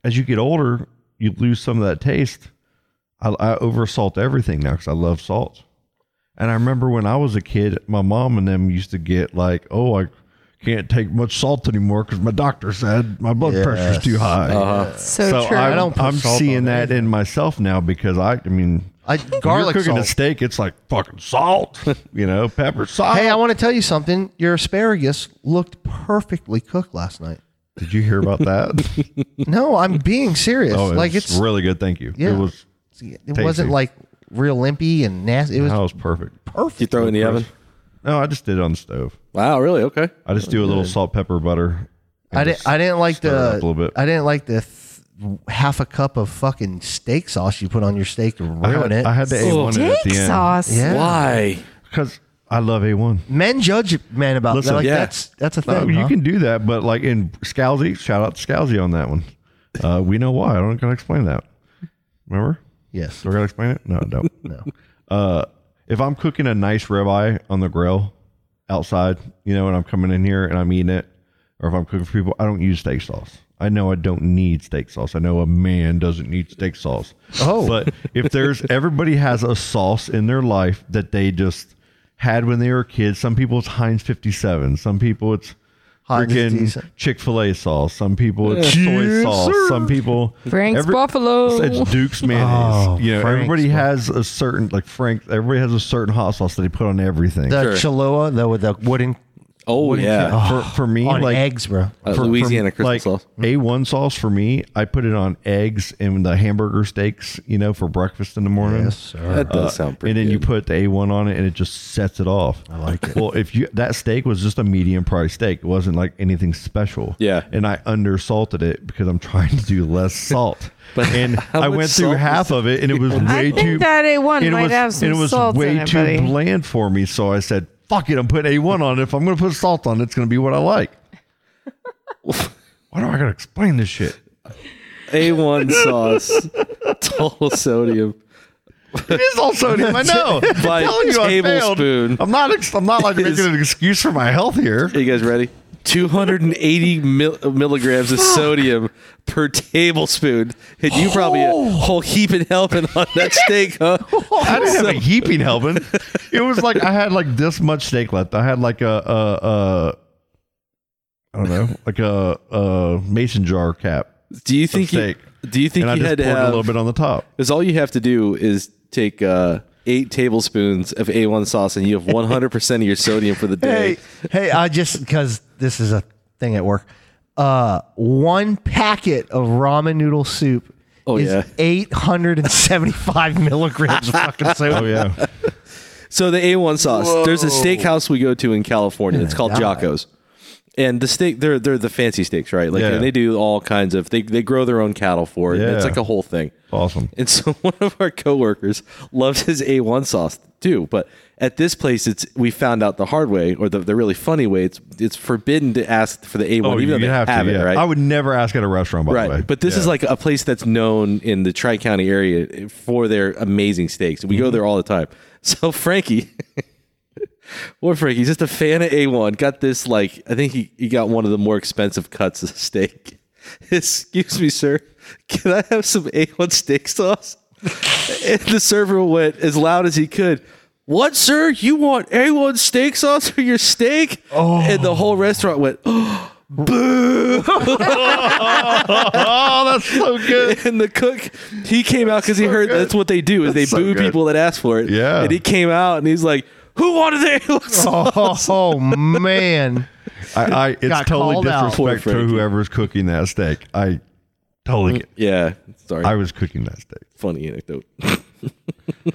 Speaker 7: As you get older, you lose some of that taste. I, I oversalt everything now because I love salt. And I remember when I was a kid, my mom and them used to get like, "Oh, I can't take much salt anymore because my doctor said my blood pressure's too high."
Speaker 8: Uh-huh.
Speaker 10: so,
Speaker 7: So
Speaker 10: true.
Speaker 7: I'm, I
Speaker 8: I don't put
Speaker 7: am
Speaker 8: salt on
Speaker 7: seeing that in myself now because I, I mean,
Speaker 8: I
Speaker 7: Garlic
Speaker 8: garlic
Speaker 7: you're cooking
Speaker 8: salt.
Speaker 7: a steak, it's like fucking salt, <laughs> you know, pepper, salt.
Speaker 8: Hey, I want to tell you something. Your asparagus looked perfectly cooked last night.
Speaker 7: Did you hear
Speaker 8: <laughs>
Speaker 7: about that?
Speaker 8: No, I'm being serious.
Speaker 7: oh,
Speaker 8: like it's,
Speaker 7: really good. Thank you.
Speaker 8: Yeah.
Speaker 7: It was.
Speaker 8: it
Speaker 7: tasty.
Speaker 8: wasn't like real limpy and nasty. It was
Speaker 7: that was perfect.
Speaker 8: perfect.
Speaker 9: You throw it in the oven.
Speaker 7: No, I just did it on the stove.
Speaker 9: Wow, really? Okay.
Speaker 7: I just do a little salt, pepper, butter. and
Speaker 8: I didn't.
Speaker 7: just
Speaker 8: I didn't like
Speaker 7: stir it
Speaker 8: the.
Speaker 7: up a little bit.
Speaker 8: I didn't like the th- half a cup of fucking steak sauce you put on your steak to ruin
Speaker 7: I had,
Speaker 8: it.
Speaker 7: I had the A1 in it at the end.
Speaker 8: Yeah.
Speaker 7: Because I love A1.
Speaker 8: Men judge men about that. Like, that's that's a
Speaker 7: No,
Speaker 8: thing.
Speaker 7: you
Speaker 8: huh?
Speaker 7: can do that, but like in Scalzi, shout out to Scalzi on that one. Uh, we know why. I don't gotta explain that. Remember?
Speaker 8: Yes.
Speaker 7: Do I gotta explain it? No, I don't.
Speaker 8: <laughs> no.
Speaker 7: Uh, if I'm cooking a nice ribeye on the grill outside, you know, and I'm coming in here and I'm eating it, or if I'm cooking for people, I don't use steak sauce. I know I don't need steak sauce. I know a man doesn't need steak sauce.
Speaker 8: Oh.
Speaker 7: But
Speaker 8: <laughs>
Speaker 7: if there's everybody has a sauce in their life that they just had when they were kids. Some people it's Heinz 57. Some people it's
Speaker 8: Heinz is
Speaker 7: freaking
Speaker 8: decent.
Speaker 7: Chick fil A sauce. Some people it's soy
Speaker 8: Yes,
Speaker 7: sauce.
Speaker 8: sir.
Speaker 7: Some people
Speaker 10: Frank's Buffalo.
Speaker 9: Oh.
Speaker 7: It's Duke's mayonnaise.
Speaker 8: Oh,
Speaker 7: you know,
Speaker 8: Frank's
Speaker 7: everybody has a certain like Frank. Everybody has a certain hot sauce that they put on everything.
Speaker 8: The Chiloa, the with the
Speaker 7: <sighs>
Speaker 8: wooden
Speaker 9: Oh
Speaker 8: wooden
Speaker 9: yeah.
Speaker 8: can-
Speaker 7: for, for me,
Speaker 8: on
Speaker 7: like
Speaker 8: eggs, bro.
Speaker 9: Uh, Louisiana Christmas
Speaker 7: like
Speaker 9: sauce.
Speaker 7: A1 sauce for me, I put it on eggs and the hamburger steaks, you know, for breakfast in the morning.
Speaker 8: Yes, sir.
Speaker 9: That does sound pretty.
Speaker 7: Uh, and then
Speaker 9: good.
Speaker 7: you put the A1 on it and it just sets it off. I like it. Well, if you that steak was just a medium price steak, it wasn't like anything special.
Speaker 9: Yeah.
Speaker 7: And I undersalted it because I'm trying to do less
Speaker 10: <laughs>
Speaker 7: salt.
Speaker 9: But
Speaker 7: and
Speaker 9: how
Speaker 7: I
Speaker 9: much
Speaker 7: went through
Speaker 9: salt
Speaker 7: half
Speaker 9: was-
Speaker 7: of it and it was way
Speaker 10: I think
Speaker 7: too
Speaker 10: that A1
Speaker 7: and it
Speaker 10: might
Speaker 7: was,
Speaker 10: have some
Speaker 7: and it was
Speaker 10: salt in
Speaker 7: way
Speaker 10: it,
Speaker 7: too
Speaker 10: buddy.
Speaker 7: bland for me, so I said, "Fuck it, I'm putting A1 on it. If I'm going to put salt on it, it's going to be what I
Speaker 10: <laughs>
Speaker 7: like." Why do I got to explain this shit?
Speaker 9: A1
Speaker 7: <laughs>
Speaker 9: sauce, total sodium.
Speaker 7: It is all sodium. I know.
Speaker 9: By
Speaker 7: I'm telling you, I
Speaker 9: tablespoon.
Speaker 7: failed. I'm not. ex- I'm not like
Speaker 9: Is-
Speaker 7: making an excuse for my health here.
Speaker 9: Are you guys ready? 280 mil- milligrams of sodium per tablespoon. And you probably a whole heap and helping on that steak,
Speaker 7: <laughs>
Speaker 9: huh?
Speaker 7: Oh, I didn't have a
Speaker 9: <laughs>
Speaker 7: heaping helping. It was like I had like this much steak left. I had like a a, a I don't know, like a, a mason jar cap,
Speaker 9: Do you think you,
Speaker 7: steak.
Speaker 9: do you think
Speaker 7: and I
Speaker 9: you
Speaker 7: just
Speaker 9: had
Speaker 7: poured
Speaker 9: to
Speaker 7: a
Speaker 9: have
Speaker 7: little bit on
Speaker 9: <laughs>
Speaker 7: the top.
Speaker 9: Because all you have to do is take uh, eight tablespoons of A1 sauce, and you
Speaker 7: <laughs>
Speaker 9: have 100% of your sodium for the day.
Speaker 8: Hey, hey, I just because this is a thing at work. Uh, one packet of ramen noodle soup
Speaker 9: Oh,
Speaker 8: is
Speaker 9: yeah.
Speaker 7: <laughs>
Speaker 8: 875 milligrams of fucking sodium.
Speaker 7: Oh yeah,
Speaker 9: So the A1 sauce. There's a steakhouse we go to in California. It's called
Speaker 8: God.
Speaker 9: Jocko's. And the steak, they're they're the fancy steaks, right? Like
Speaker 7: Yeah.
Speaker 9: and they do all kinds of. They they grow their own cattle for it. and It's
Speaker 7: Yeah.
Speaker 9: like a whole thing.
Speaker 7: awesome.
Speaker 9: And so <laughs> one of our coworkers loves his A1 sauce too. But at this place, it's we found out the hard way or the, the really funny way. It's it's forbidden to ask for the A1,
Speaker 7: Oh,
Speaker 9: even though they have, it, right?
Speaker 7: I would never ask at a restaurant, by
Speaker 9: right.
Speaker 7: the way.
Speaker 9: But this
Speaker 7: Yeah.
Speaker 9: is like a place that's known in the Tri County area for their amazing steaks. We
Speaker 7: Mm-hmm.
Speaker 9: go there all the time. <laughs> So Frankie, <laughs> or Frankie's just a fan of A1. Got this like I think he, he got one of the more expensive cuts of steak. <laughs> Excuse me, sir. Can I have some A1 steak sauce? <laughs> and the server went as loud as he could. What, sir? You want A1 steak sauce for your steak? Oh. And the whole restaurant went, <gasps>
Speaker 7: oh, that's so
Speaker 9: <laughs>
Speaker 7: good.
Speaker 9: and the cook he came out because he heard that's what they do is they
Speaker 7: That's so
Speaker 9: boo
Speaker 7: good.
Speaker 9: people that ask for it
Speaker 7: Yeah.
Speaker 9: and he came out and he's like who wanted
Speaker 7: <laughs>
Speaker 9: it
Speaker 8: Oh, oh, man.
Speaker 7: I, I it's
Speaker 8: Got
Speaker 7: totally
Speaker 8: called out.
Speaker 7: disrespect
Speaker 9: Poor
Speaker 7: to
Speaker 9: Frankie.
Speaker 7: whoever's cooking that steak. I
Speaker 8: Mm.
Speaker 7: totally get.
Speaker 9: yeah sorry
Speaker 7: I was cooking that steak.
Speaker 9: funny anecdote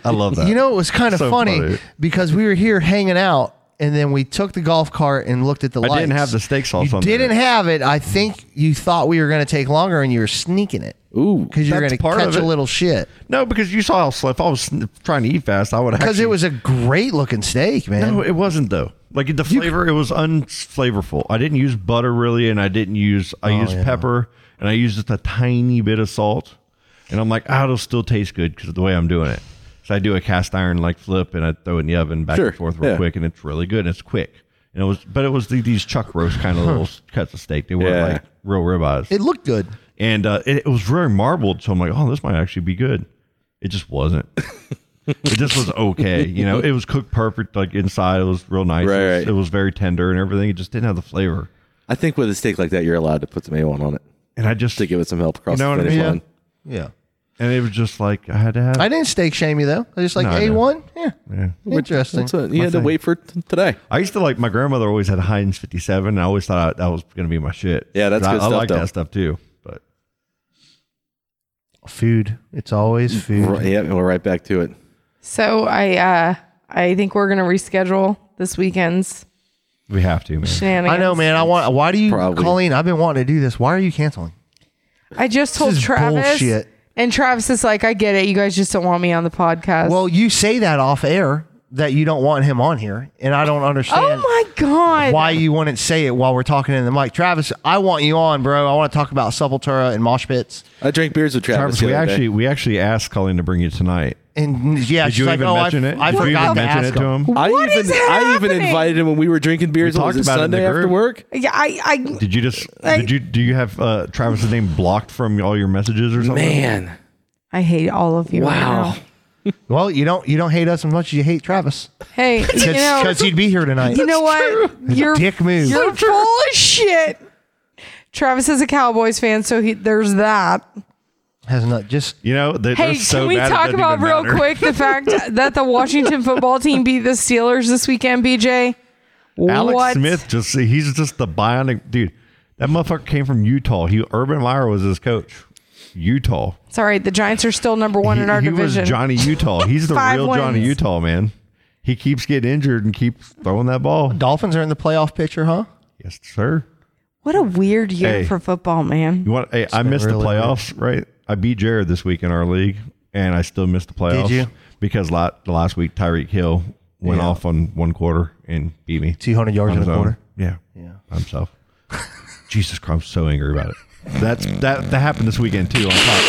Speaker 7: I love that.
Speaker 8: You know, it was kind of
Speaker 7: So
Speaker 8: funny,
Speaker 7: funny.
Speaker 8: because we were here hanging out, and then we took the golf cart and looked at the
Speaker 7: I
Speaker 8: lights.
Speaker 7: didn't have the steak sauce
Speaker 8: You
Speaker 7: on
Speaker 8: didn't
Speaker 7: there.
Speaker 8: have it. I think you thought we were going to take longer, and you were sneaking it.
Speaker 9: Ooh.
Speaker 8: because you were
Speaker 7: That's
Speaker 8: going to
Speaker 7: part of
Speaker 8: catch a
Speaker 7: it.
Speaker 8: little shit.
Speaker 7: No, because you saw how slow. If I was sn- trying to eat fast, I would have.
Speaker 8: Because it was a great looking steak, man.
Speaker 7: No, it wasn't though. Like the flavor, it was unflavorful. I didn't use butter really, and I didn't use.
Speaker 9: Oh,
Speaker 7: I used pepper, and I used just a tiny bit of salt. And I'm like, ah, it'll still taste good because of the way I'm doing it. So I do a cast iron like flip, and I throw it in the oven back
Speaker 9: Sure,
Speaker 7: and forth real
Speaker 9: yeah.
Speaker 7: quick, and it's really good. And it's quick. And it was, but it was the, these chuck roast kind of little cuts of steak. They weren't
Speaker 9: Yeah.
Speaker 7: like real ribeyes.
Speaker 8: it looked good.
Speaker 7: and uh, it, it was very marbled. So I'm like, oh, this might actually be good. It
Speaker 9: <laughs>
Speaker 7: just wasn't. it just was okay. You know, it was cooked perfect. Like inside, it was real nice.
Speaker 9: Right,
Speaker 7: it, was,
Speaker 9: right.
Speaker 7: it was very tender and everything. It just didn't have the flavor.
Speaker 9: i think with a steak like that you're allowed to put some a1 on it
Speaker 7: And I just
Speaker 9: to give it some help across
Speaker 7: You know what
Speaker 9: the
Speaker 7: I
Speaker 9: finish
Speaker 7: mean?
Speaker 9: line
Speaker 8: Yeah.
Speaker 7: and it was just like I had to have.
Speaker 8: I didn't steak shame you though. I just like
Speaker 7: No, I
Speaker 8: A
Speaker 7: know.
Speaker 8: one. Yeah. Interesting.
Speaker 9: that's what you had to wait for t- today
Speaker 7: I used to like my grandmother always had Heinz 57, and I always thought that was going to be my shit.
Speaker 9: Yeah, that's
Speaker 7: But
Speaker 9: good
Speaker 7: I,
Speaker 9: stuff,
Speaker 7: I like
Speaker 9: though.
Speaker 7: that stuff too. But
Speaker 8: Food. It's
Speaker 10: Mm,
Speaker 8: always food.
Speaker 9: right, yeah and we're right back to it
Speaker 10: So I uh I think we're gonna reschedule this weekend's
Speaker 7: we have to, man.
Speaker 10: shenanigans.
Speaker 8: I know, man. I want. Why do you,
Speaker 9: Probably.
Speaker 8: Colleen? I've been wanting to do this. Why are you canceling?
Speaker 10: I just told Travis.
Speaker 8: bullshit.
Speaker 10: And Travis is like, I get it. You guys just don't want me on the podcast.
Speaker 8: Well, you say that off air that you don't want him on here, and I don't understand.
Speaker 10: oh my God.
Speaker 8: Why you wouldn't say it while we're talking in the mic, Travis? I want you on, bro. I want to talk about Sepultura and mosh pits.
Speaker 9: I drank beers with Travis.
Speaker 8: Travis,
Speaker 9: the
Speaker 7: we
Speaker 9: other day.
Speaker 7: actually we actually asked Colleen to bring you tonight.
Speaker 8: And yeah,
Speaker 7: Did
Speaker 8: she's
Speaker 7: you
Speaker 8: like,
Speaker 7: even
Speaker 8: oh, I,
Speaker 7: mention it?
Speaker 8: I
Speaker 7: Did you even
Speaker 8: forgot to
Speaker 7: mention
Speaker 8: ask
Speaker 7: it to
Speaker 8: him.
Speaker 9: I even
Speaker 10: is
Speaker 9: I even
Speaker 10: happening?
Speaker 9: invited him when we were drinking beers.
Speaker 7: We
Speaker 9: was
Speaker 7: talked
Speaker 9: it
Speaker 7: about it in the
Speaker 9: Sunday after
Speaker 7: group.
Speaker 9: work?
Speaker 10: Yeah, I, I,
Speaker 7: Did you just
Speaker 10: I-
Speaker 7: did you do you have uh, Travis's name blocked from all your messages or something?
Speaker 9: Man,
Speaker 10: I hate all of you. right
Speaker 9: Wow.
Speaker 8: Well, you don't you don't hate us as much as you hate Travis
Speaker 10: now.
Speaker 7: <laughs>
Speaker 10: Hey, <laughs> you know,
Speaker 8: because he'd be here tonight.
Speaker 10: you know what? You're
Speaker 8: Dick move.
Speaker 10: You're full of shit. Travis is a Cowboys fan, so he, there's that.
Speaker 8: Has not just
Speaker 7: You know, they,
Speaker 10: Hey,
Speaker 7: they're so
Speaker 10: can we
Speaker 7: bad it
Speaker 10: talk
Speaker 7: doesn't
Speaker 10: about
Speaker 7: even
Speaker 10: real
Speaker 7: matter.
Speaker 10: quick
Speaker 7: <laughs>
Speaker 10: the fact that the Washington football team beat the Steelers this weekend, BJ?
Speaker 7: Alex
Speaker 10: What?
Speaker 7: Smith just he's just the bionic dude. That motherfucker came from Utah. He Urban Meyer was his coach. Utah.
Speaker 10: It's all right. The Giants are still number one
Speaker 7: he,
Speaker 10: in our
Speaker 7: he
Speaker 10: division.
Speaker 7: was
Speaker 10: <laughs>
Speaker 7: Johnny Utah. He's the
Speaker 10: Five
Speaker 7: real Johnny
Speaker 10: wins.
Speaker 7: Utah, man. He keeps getting injured and keeps throwing that ball.
Speaker 8: Dolphins are in the playoff picture, huh?
Speaker 7: Yes, sir.
Speaker 10: what a weird year
Speaker 7: Hey.
Speaker 10: for football, man.
Speaker 7: You want hey, I
Speaker 8: been
Speaker 7: missed
Speaker 8: really
Speaker 7: the playoffs, right? I beat Jared this week in our league and I still missed the playoffs.
Speaker 8: you?
Speaker 7: Because la- the last week Tyreek Hill went
Speaker 8: Yeah.
Speaker 7: off on one quarter and beat me.
Speaker 8: Two hundred yards
Speaker 7: on
Speaker 8: in a
Speaker 7: his own.
Speaker 8: quarter.
Speaker 7: Yeah. Yeah. By himself. <laughs> Jesus Christ, I'm so angry about it. That's that that happened this weekend too on top.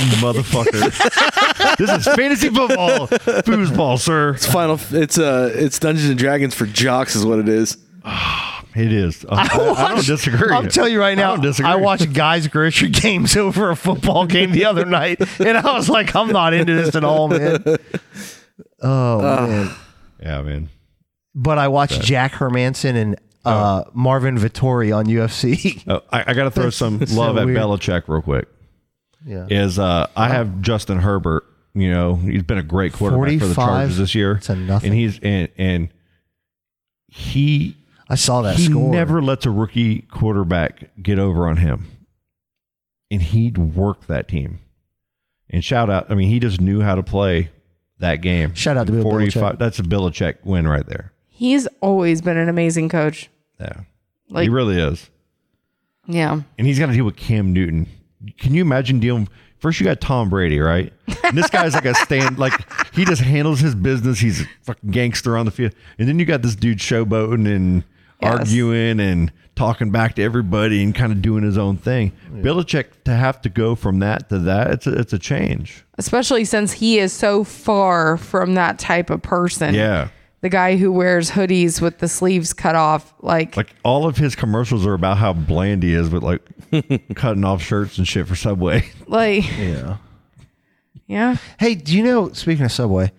Speaker 7: You Motherfucker. <laughs> this is fantasy football. Foosball, sir.
Speaker 9: it's final. It's uh, it's Dungeons and Dragons for jocks, is what it is.
Speaker 7: It is. I, I- I don't disagree.
Speaker 8: I'll tell you right
Speaker 7: I
Speaker 8: now.
Speaker 7: don't disagree.
Speaker 8: I, watched guys' grocery <laughs> games over a football game the other night, and I was like, I'm not into this at all, man. Oh man!
Speaker 7: Yeah, man.
Speaker 8: But I watched Jack Hermanson and uh, Marvin Vittori on UFC.
Speaker 7: Oh, I, I got to throw some love
Speaker 8: <laughs> so
Speaker 7: at
Speaker 8: weird.
Speaker 7: Belichick real quick.
Speaker 8: Yeah. Oh.
Speaker 7: Is uh, I have Justin Herbert. You know, he's been a great quarterback for the
Speaker 8: 45
Speaker 7: Chargers this year.
Speaker 8: to nothing.
Speaker 7: and he's and and he
Speaker 8: <laughs> I saw that
Speaker 7: he
Speaker 8: score.
Speaker 7: never lets a rookie quarterback get over on him, and he'd work that team. And shout out, I mean, he just knew how to play that game.
Speaker 8: Shout out to Bill Belichick.
Speaker 7: That's a Belichick win right there.
Speaker 10: He's always been an amazing coach.
Speaker 7: Yeah,
Speaker 10: Like,
Speaker 7: he really is.
Speaker 10: yeah.
Speaker 7: and he's got to deal with Cam Newton. Can you imagine dealing? First, you got Tom Brady, right? And this guy's like a stand, <laughs> like he just handles his business. He's a fucking gangster on the field, and then you got this dude showboating and
Speaker 10: Yes.
Speaker 7: arguing and talking back to everybody and kind of doing his own thing. Belichick to have to go from that to that, it's a, it's a change.
Speaker 10: Especially since he is so far from that type of person.
Speaker 7: Yeah,
Speaker 10: The guy who wears hoodies with the sleeves cut off. Like,
Speaker 7: like all of his commercials are about how bland he is with like <laughs> cutting off shirts and shit for Subway. <laughs>
Speaker 10: like,
Speaker 8: yeah.
Speaker 10: <laughs> yeah.
Speaker 8: Hey, do you know? Speaking of Subway,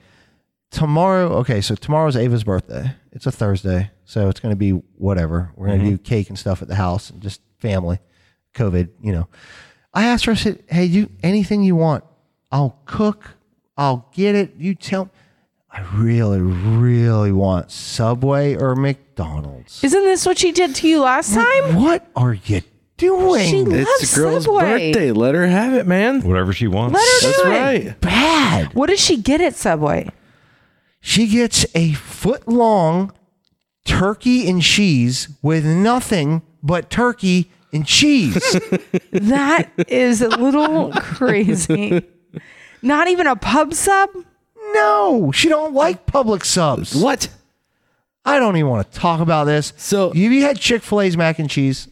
Speaker 8: tomorrow. Okay, so tomorrow's Ava's birthday. It's a Thursday, so it's going to be whatever. We're going to do cake and stuff at the house and just family. COVID, you know. I asked her. I said, "Hey, you anything you want? I'll cook. I'll get it. You tell." I really, really want Subway or McDonald's.
Speaker 10: Isn't this what she did to you last time?
Speaker 8: What are you doing?
Speaker 10: She loves
Speaker 9: It's the girl's
Speaker 10: Subway.
Speaker 9: birthday. Let her have it, man.
Speaker 7: Whatever she wants.
Speaker 10: Let her
Speaker 9: That's
Speaker 10: do it.
Speaker 9: right.
Speaker 8: bad.
Speaker 10: What does she get at Subway?
Speaker 8: She gets a foot long turkey and cheese with nothing but turkey and
Speaker 10: <laughs>
Speaker 8: cheese.
Speaker 10: That is
Speaker 8: <laughs>
Speaker 10: a little crazy. Not even a pub sub?
Speaker 8: no, she don't like public subs.
Speaker 9: What?
Speaker 8: I don't even want to talk about this.
Speaker 9: So-
Speaker 8: you, you had Chick Fil A's mac and cheese.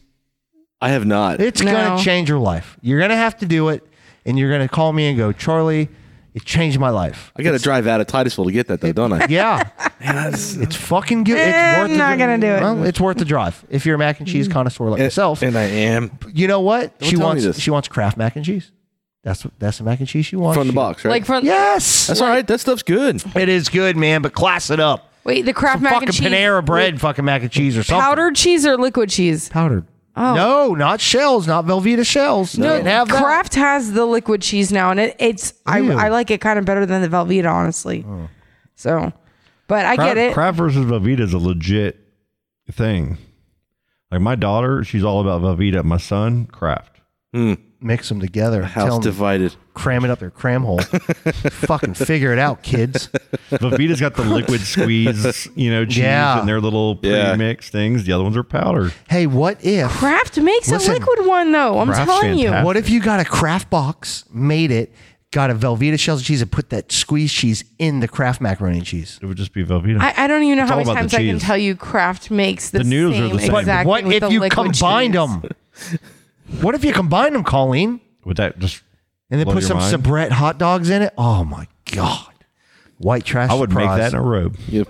Speaker 9: I have not.
Speaker 8: It's
Speaker 10: No.
Speaker 8: gonna change your life. You're gonna have to do it, and you're gonna call me and go, Charlie, it changed my life.
Speaker 9: I got to drive out of Titusville to get that
Speaker 8: <laughs>
Speaker 9: though, don't I?
Speaker 10: <laughs>
Speaker 8: Yeah, it's fucking good.
Speaker 10: Eh,
Speaker 8: it's worth
Speaker 10: I'm not
Speaker 8: the,
Speaker 10: gonna do it. Mm.
Speaker 8: Well, it's worth the drive if you're a mac and cheese connoisseur like myself.
Speaker 9: and I am
Speaker 8: You know what? she
Speaker 9: tell me
Speaker 8: wants
Speaker 9: this.
Speaker 8: she wants Kraft mac and cheese. That's what that's the mac and cheese she wants.
Speaker 9: from the
Speaker 8: She-
Speaker 9: box, right?
Speaker 10: Like from
Speaker 8: Yes.
Speaker 9: That's all right. That stuff's good.
Speaker 8: It is good, man, but class it up.
Speaker 10: wait the Kraft
Speaker 8: Some
Speaker 10: mac
Speaker 8: fucking
Speaker 10: and cheese
Speaker 8: Panera bread, fucking mac and cheese or something.
Speaker 10: powdered cheese or liquid cheese.
Speaker 8: Powdered. No, not shells, not Velveeta shells. No, Can't have that.
Speaker 10: Kraft has the liquid cheese now, and it, it's I,
Speaker 8: Ew.
Speaker 10: I like it kind of better than the Velveeta, honestly.
Speaker 8: Oh.
Speaker 10: So, but I
Speaker 7: Crab
Speaker 10: get it.
Speaker 7: Kraft versus Velveeta is a legit thing. Like my daughter, she's all about Velveeta. My son, Kraft.
Speaker 8: Mix them together.
Speaker 9: House
Speaker 8: Tell 'em to
Speaker 9: divided.
Speaker 8: Cram it up their cram
Speaker 9: <laughs>
Speaker 8: hole. Fucking figure it out, kids.
Speaker 7: Vavita's got the
Speaker 10: <laughs>
Speaker 7: liquid squeeze, you know, cheese
Speaker 8: Yeah.
Speaker 7: and their little
Speaker 9: Yeah.
Speaker 7: pre-mixed things. The other ones are powder.
Speaker 8: Hey, what if?
Speaker 10: Kraft makes
Speaker 8: Listen,
Speaker 10: a liquid one though. I'm
Speaker 7: Kraft's
Speaker 10: telling you.
Speaker 7: fantastic.
Speaker 8: What if you got a craft box, made it, got a Velveeta shells and cheese, and put that squeeze cheese in the craft macaroni and cheese?
Speaker 7: It would just be Velveeta.
Speaker 10: I, I don't even know
Speaker 7: It's
Speaker 10: how
Speaker 7: all
Speaker 10: many
Speaker 7: about the
Speaker 10: times I can
Speaker 7: cheese.
Speaker 10: tell you Kraft makes the,
Speaker 7: The noodles are the same. But
Speaker 10: exact
Speaker 8: what
Speaker 10: thing with
Speaker 8: if
Speaker 10: the
Speaker 8: you
Speaker 10: liquid
Speaker 8: combined
Speaker 10: cheese.
Speaker 8: them? What if you combined them, Colleen,
Speaker 7: Would that just?
Speaker 8: and then
Speaker 7: blow
Speaker 8: put
Speaker 7: your
Speaker 8: some
Speaker 7: mind?
Speaker 8: soubrette hot dogs in it? Oh my god, white trash!
Speaker 7: I would make
Speaker 8: surprise.
Speaker 7: that in a robe.
Speaker 9: Yep.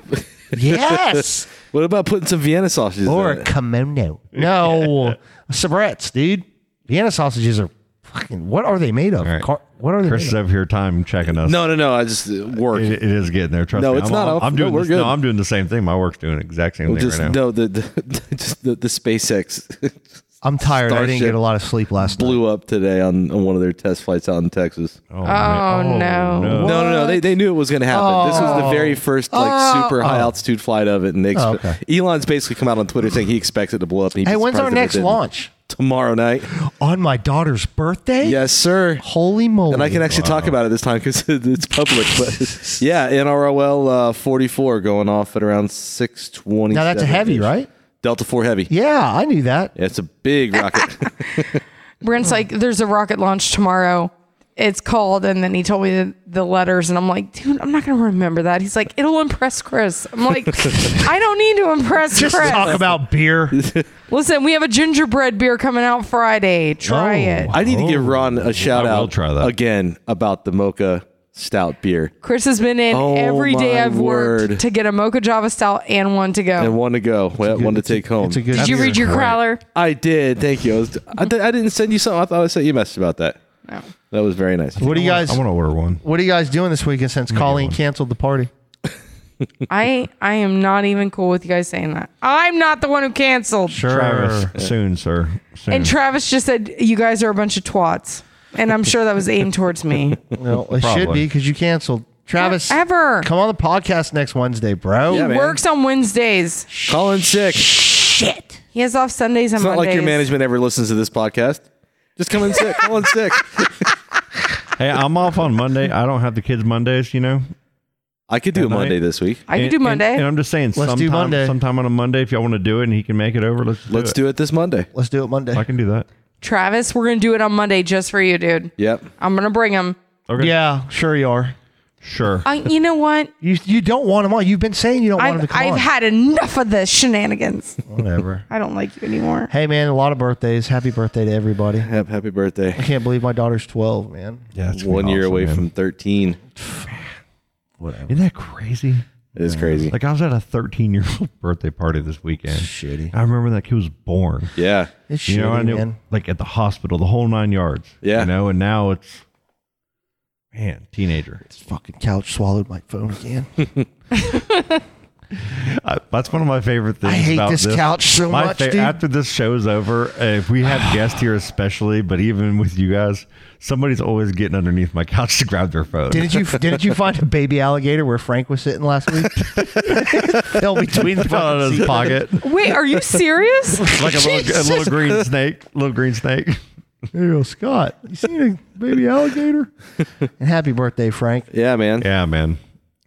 Speaker 8: yes,
Speaker 9: what about putting some Vienna sausages
Speaker 8: or
Speaker 9: in
Speaker 8: a
Speaker 9: it?
Speaker 8: kimono. No, subrettes, dude. Vienna sausages are fucking. What are they made of?
Speaker 7: All right.
Speaker 8: Car- what are they?
Speaker 7: Chris
Speaker 8: made
Speaker 7: is
Speaker 8: of?
Speaker 7: over here, time checking us.
Speaker 9: No, no, no. I just uh, work.
Speaker 7: it, it is getting there. Trust
Speaker 9: No,
Speaker 7: me.
Speaker 9: it's
Speaker 7: I'm,
Speaker 9: not.
Speaker 7: I'm,
Speaker 9: I'll-
Speaker 7: I'm doing
Speaker 9: no, we're
Speaker 7: this.
Speaker 9: good.
Speaker 7: No, I'm doing the same thing. My work's doing the exact same thing
Speaker 9: just
Speaker 7: right now.
Speaker 9: no the <laughs> the, just the the SpaceX <laughs>
Speaker 8: I'm tired. I didn't
Speaker 9: Starship
Speaker 8: get a lot of sleep last night.
Speaker 9: blew up today on, on one of their test flights out in Texas.
Speaker 7: Oh, man.
Speaker 10: Oh, no.
Speaker 9: No, no, no. They, they knew it was going to happen. This was the very first like
Speaker 8: Oh.
Speaker 9: super high
Speaker 8: Oh.
Speaker 9: altitude flight of it, and they
Speaker 8: Oh,
Speaker 9: expe- Elon's basically come out on Twitter saying he expects it to blow up. and he'd be
Speaker 8: Hey, when's
Speaker 9: surprised
Speaker 8: our
Speaker 9: if it
Speaker 8: next
Speaker 9: didn't.
Speaker 8: launch?
Speaker 9: Tomorrow night.
Speaker 8: On my daughter's birthday?
Speaker 9: <laughs> Yes, sir.
Speaker 8: Holy moly.
Speaker 9: And I can actually talk about it this time because <laughs> it's public.
Speaker 8: <laughs>
Speaker 9: But yeah, NROL uh, 44 going off at around 620.
Speaker 8: Now that's a heavy, right?
Speaker 9: Delta 4 heavy.
Speaker 8: Yeah, I knew that.
Speaker 9: Yeah, it's a
Speaker 8: <laughs>
Speaker 9: big rocket. <laughs>
Speaker 10: Brent's like, there's a rocket launch tomorrow. It's called, and then he told me the, the letters, and I'm like, dude, I'm not gonna remember that. He's like, it'll impress Chris. I'm like, I don't need to impress
Speaker 8: Just
Speaker 10: Chris.
Speaker 8: talk about beer.
Speaker 10: Listen, we have a gingerbread beer coming out Friday. Try
Speaker 8: Oh.
Speaker 10: it.
Speaker 9: I need to give Ron a shout
Speaker 7: I will
Speaker 9: out
Speaker 7: try that.
Speaker 9: again about the mocha stout beer
Speaker 10: Chris has been in
Speaker 9: Oh,
Speaker 10: every day
Speaker 9: my
Speaker 10: I've
Speaker 9: word.
Speaker 10: worked to get a mocha java stout and one to go.
Speaker 9: and one to go, one to take home.
Speaker 8: It's a Oh. good
Speaker 10: Did you read your crowler?
Speaker 9: I did. Thank you. I, was, I, di- I didn't send you something. I thought I sent you a message about that.
Speaker 10: No.
Speaker 9: That was very nice.
Speaker 8: What are you guys
Speaker 7: I want to order one.
Speaker 8: What are you guys doing this weekend since Colleen canceled the party?
Speaker 10: I I am not even cool with you guys saying that. I'm not the one who canceled.
Speaker 7: Travis, soon, sir. Soon.
Speaker 10: And Travis just said you guys are a bunch of twats, and I'm sure that was aimed towards me.
Speaker 8: Well, it should
Speaker 7: Probably.
Speaker 8: be because you canceled. <laughs> Travis,
Speaker 10: Ever.
Speaker 8: come on the podcast next Wednesday, bro.
Speaker 9: Yeah, man.
Speaker 10: Works on Wednesdays.
Speaker 9: Colin sick. It's
Speaker 10: He has off Sundays and
Speaker 9: not
Speaker 10: Mondays.
Speaker 9: like your management ever listens to this podcast. Just come in sick. Call in sick.
Speaker 7: hey, I'm off on Monday. I don't have the kids Mondays, you know.
Speaker 9: I could do a
Speaker 7: Good night.
Speaker 9: Monday this week.
Speaker 10: I
Speaker 7: And-
Speaker 10: could do
Speaker 7: and-
Speaker 10: Monday.
Speaker 7: And, I'm just saying,
Speaker 8: Let's
Speaker 7: sometime,
Speaker 8: do Monday.
Speaker 7: sometime on a Monday, if y'all want to do it and he can make it over, let's do
Speaker 9: Let's do it this Monday.
Speaker 8: Let's do it Monday.
Speaker 7: I can do that.
Speaker 10: Travis, we're gonna do it on Monday just for you, dude.
Speaker 9: Yep.
Speaker 10: I'm gonna bring him.
Speaker 7: Okay.
Speaker 8: Yeah, sure you are.
Speaker 7: Sure.
Speaker 10: I, you know what?
Speaker 8: You you don't want him on. You've been saying you don't want him to
Speaker 10: I've,
Speaker 8: come
Speaker 10: I've
Speaker 8: on.
Speaker 10: had enough of the shenanigans.
Speaker 8: Whatever.
Speaker 10: I don't like you anymore.
Speaker 8: <laughs> Hey man, a lot of birthdays. Happy birthday to everybody.
Speaker 9: Have happy birthday.
Speaker 8: I can't believe my daughter's twelve, man.
Speaker 7: yeah, it's gonna be
Speaker 9: <laughs> One year
Speaker 7: awesome,
Speaker 9: away
Speaker 7: man.
Speaker 9: from 13.
Speaker 7: Isn't that crazy?
Speaker 9: It is crazy.
Speaker 7: Like I was at a 13 year old <laughs> birthday party this weekend.
Speaker 8: Shitty.
Speaker 7: I remember that kid was born.
Speaker 9: Yeah.
Speaker 8: It's
Speaker 7: You
Speaker 8: shitty,
Speaker 7: know, I knew,
Speaker 8: man.
Speaker 7: like at the hospital, the whole nine yards.
Speaker 9: Yeah.
Speaker 7: You know, and now it's man, teenager.
Speaker 8: This fucking couch swallowed my phone again.
Speaker 7: I, that's one of my favorite things.
Speaker 8: I hate
Speaker 7: about
Speaker 8: this couch so
Speaker 7: My
Speaker 8: much, dude.
Speaker 7: After this show's over, uh, if we have guests here, especially, but even with you guys, somebody's always getting underneath my couch to grab their phone. <laughs>
Speaker 8: Didn't you didn't you find a baby alligator where Frank was sitting last <laughs> week? Fell between the
Speaker 7: Fell out of
Speaker 8: fucking
Speaker 7: his
Speaker 8: seat.
Speaker 7: pocket
Speaker 10: Wait, are you serious?
Speaker 7: like a little, a little green snake, little green snake.
Speaker 8: There you go, Scott. You seen a baby alligator? and happy birthday, Frank.
Speaker 9: Yeah, man.
Speaker 7: Yeah, man.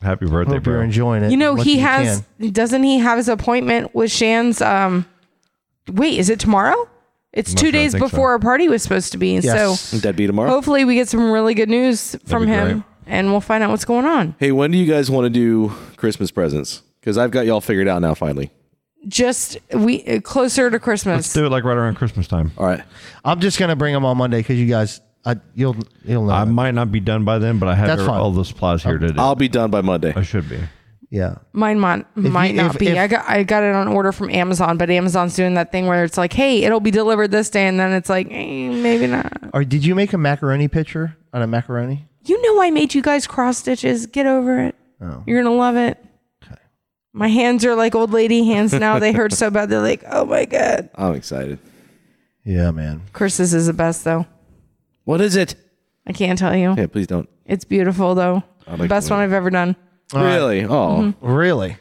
Speaker 7: Happy birthday,
Speaker 8: Hope
Speaker 7: bro.
Speaker 8: you're enjoying it.
Speaker 10: You know,
Speaker 8: as much
Speaker 10: he
Speaker 8: as you
Speaker 10: has
Speaker 8: can.
Speaker 10: doesn't he have his appointment with Shan's um wait, is it tomorrow? It's
Speaker 7: not
Speaker 10: two
Speaker 7: sure, I
Speaker 10: days
Speaker 7: think so.
Speaker 10: before our party was supposed to be.
Speaker 8: Yes.
Speaker 10: So
Speaker 9: That'd be tomorrow.
Speaker 10: hopefully we get some really good news from
Speaker 7: be
Speaker 10: him
Speaker 7: great.
Speaker 10: and we'll find out what's going on.
Speaker 9: Hey, when do you guys want to do Christmas presents? Because I've got y'all figured out now finally.
Speaker 10: Just we uh, closer to Christmas.
Speaker 7: Do it like right around Christmas time.
Speaker 9: All right.
Speaker 8: I'm just gonna bring him on Monday because you guys, I, you'll you'll know.
Speaker 7: I might not be done by then, but I have
Speaker 8: That's
Speaker 7: er-
Speaker 8: fine.
Speaker 7: all the supplies here today.
Speaker 9: I'll be done by Monday.
Speaker 7: I should be.
Speaker 8: yeah,
Speaker 10: Mine might, might
Speaker 8: you-
Speaker 10: not
Speaker 8: if-
Speaker 10: be.
Speaker 8: if-
Speaker 10: I got I got it on order from Amazon, but Amazon's doing that thing where it's like, hey, it'll be delivered this day, and then it's like, eh, maybe not.
Speaker 8: Or did you make a macaroni picture on a macaroni?
Speaker 10: You know, I made you guys cross stitches. Get over it. You're gonna love it. My hands are like old lady hands now. they hurt so bad. They're like, oh my god.
Speaker 9: I'm excited.
Speaker 8: Yeah, man.
Speaker 10: Chris's is the best though.
Speaker 9: What is it?
Speaker 10: I can't tell you.
Speaker 9: Yeah, please don't.
Speaker 10: It's beautiful though.
Speaker 9: like
Speaker 10: best
Speaker 9: the-
Speaker 10: one I've Mm-hmm. ever done.
Speaker 9: really? Oh.
Speaker 8: Really?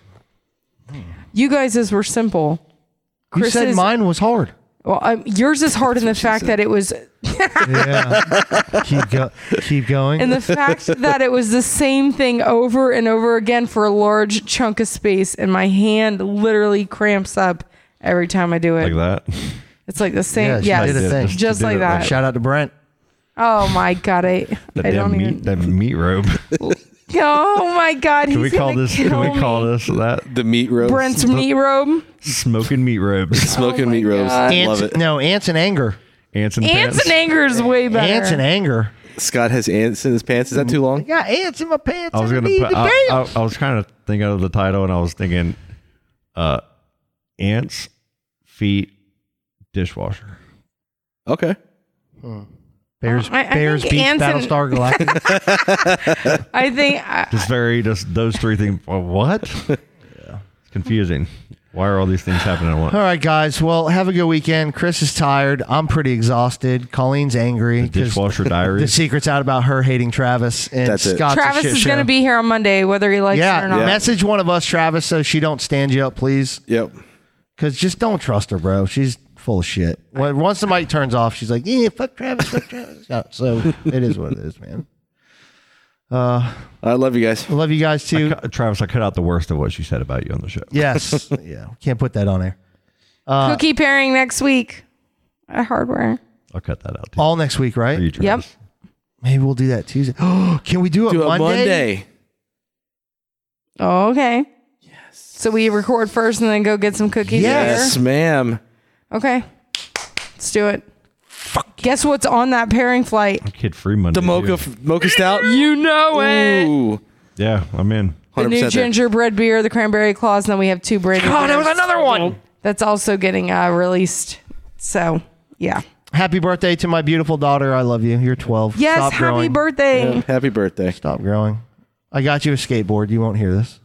Speaker 10: You guys' were simple.
Speaker 8: you said
Speaker 10: Chris's-
Speaker 8: mine was hard.
Speaker 10: Well, um, yours is hard in the fact that it was
Speaker 8: <laughs> yeah. Keep go- keep going.
Speaker 10: And the fact that it was the same thing over and over again for a large chunk of space, and my hand literally cramps up every time I do it.
Speaker 7: like that.
Speaker 10: It's like the same.
Speaker 8: she
Speaker 10: Yeah,
Speaker 8: did a thing.
Speaker 10: just, like that.
Speaker 8: Shout out to Brent.
Speaker 10: Oh my god, I,
Speaker 7: That
Speaker 10: I don't
Speaker 7: damn meat,
Speaker 10: even.
Speaker 7: that meat robe.
Speaker 10: <laughs> Oh my god,
Speaker 7: can we
Speaker 10: he's
Speaker 7: call
Speaker 10: gonna
Speaker 7: this?
Speaker 10: kill
Speaker 7: Can we
Speaker 10: me.
Speaker 7: call this that?
Speaker 9: The meat roast.
Speaker 10: Brent's Oh meat robe?
Speaker 7: Smoking meat robes.
Speaker 9: <laughs> Smoking meat roast.
Speaker 8: Ants,
Speaker 9: Love it.
Speaker 8: No, ants and anger.
Speaker 7: Ants and
Speaker 10: Ants
Speaker 7: pants.
Speaker 10: and anger is way better.
Speaker 8: Ants and anger.
Speaker 9: Scott has ants in his pants. Is that too long?
Speaker 8: Got ants in my pants.
Speaker 7: I was gonna. Put, uh, I, I, I was kind of thinking of the title, and I was thinking, uh, ants, feet, dishwasher.
Speaker 9: Okay.
Speaker 8: Bears,
Speaker 10: I- I
Speaker 8: Bears
Speaker 10: think
Speaker 8: beat
Speaker 10: ants and-
Speaker 8: Battlestar Galactica.
Speaker 10: I think uh, I,
Speaker 7: Just very just those three things. Well, What? It's confusing. Why are all these things happening at once?
Speaker 8: <laughs> All right, guys. Well, have a good weekend. Chris is tired. I'm pretty exhausted. Colleen's angry.
Speaker 7: The
Speaker 8: 'cause
Speaker 7: dishwasher
Speaker 8: The
Speaker 7: diaries.
Speaker 8: secret's out about her hating Travis and
Speaker 9: That's it.
Speaker 8: Scott's a
Speaker 10: Travis
Speaker 8: shit
Speaker 10: is going
Speaker 8: show.
Speaker 10: to be here on Monday, whether he likes it or
Speaker 8: Yeah,
Speaker 10: not.
Speaker 8: message one of us, Travis, so she don't stand you up, please.
Speaker 9: Yep.
Speaker 8: Because just don't trust her, bro. She's full of shit. When, once the mic turns off, she's like, "Yeah, fuck Travis, fuck Travis." <laughs> Yeah, So it is what it is, man.
Speaker 9: I love you guys.
Speaker 8: I love you guys too.
Speaker 7: Cu- Travis, I cut out the worst of what she said about you on the show.
Speaker 8: Yes, yeah, we can't put that on air.
Speaker 7: Uh,
Speaker 10: Cookie pairing next week at Hardware.
Speaker 7: I'll cut that out. Too.
Speaker 8: All next week,
Speaker 7: Are you
Speaker 8: right?
Speaker 7: Travis?
Speaker 8: Maybe we'll do that Tuesday. <gasps> Can we do it
Speaker 9: Do a
Speaker 8: Monday?
Speaker 9: Monday.
Speaker 10: Oh, okay. Yes. So we record first and then go get some cookies.
Speaker 9: Yes, ma'am.
Speaker 10: later? Okay. Let's do it. Guess what's on that pairing flight?
Speaker 7: Kid free Monday.
Speaker 9: The mocha
Speaker 7: too.
Speaker 9: f- mocha stout.
Speaker 10: You know it.
Speaker 9: Ooh.
Speaker 7: yeah, I'm in.
Speaker 10: The
Speaker 9: 100%
Speaker 10: new
Speaker 9: there.
Speaker 10: gingerbread beer, the cranberry claws, and then we have two bread.
Speaker 8: Oh, there was another one.
Speaker 10: that's also getting uh, released. So yeah.
Speaker 8: Happy birthday to my beautiful daughter. I love you. You're 12.
Speaker 10: Yes,
Speaker 8: Stop
Speaker 10: happy
Speaker 8: growing.
Speaker 10: birthday.
Speaker 9: Happy birthday.
Speaker 8: Stop growing. I got you a skateboard. You won't hear this.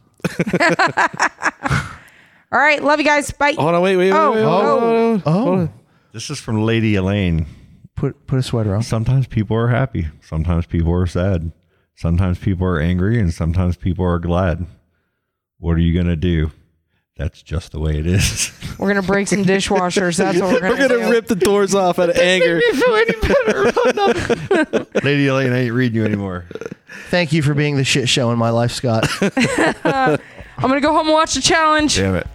Speaker 10: All right, love you guys. Bye.
Speaker 9: Hold on, wait, wait, wait.
Speaker 10: Oh,
Speaker 9: wait,
Speaker 10: oh.
Speaker 9: wait, wait, wait.
Speaker 8: Oh,
Speaker 7: This is from Lady Elaine.
Speaker 8: put put a sweater on.
Speaker 7: Sometimes people are happy. Sometimes people are sad. Sometimes people are angry, and sometimes people are glad. What are you gonna do? That's just the way it is.
Speaker 10: We're gonna break some dishwashers.
Speaker 9: <laughs>
Speaker 10: That's what we're gonna,
Speaker 9: We're going to
Speaker 10: do.
Speaker 9: rip the doors off
Speaker 10: <laughs>
Speaker 9: out of anger.
Speaker 7: <laughs> Lady Elaine, I ain't reading you anymore.
Speaker 8: Thank you for being the shit show in my life, <laughs> Scott.
Speaker 10: I'm gonna go home and watch the challenge.
Speaker 7: Damn it.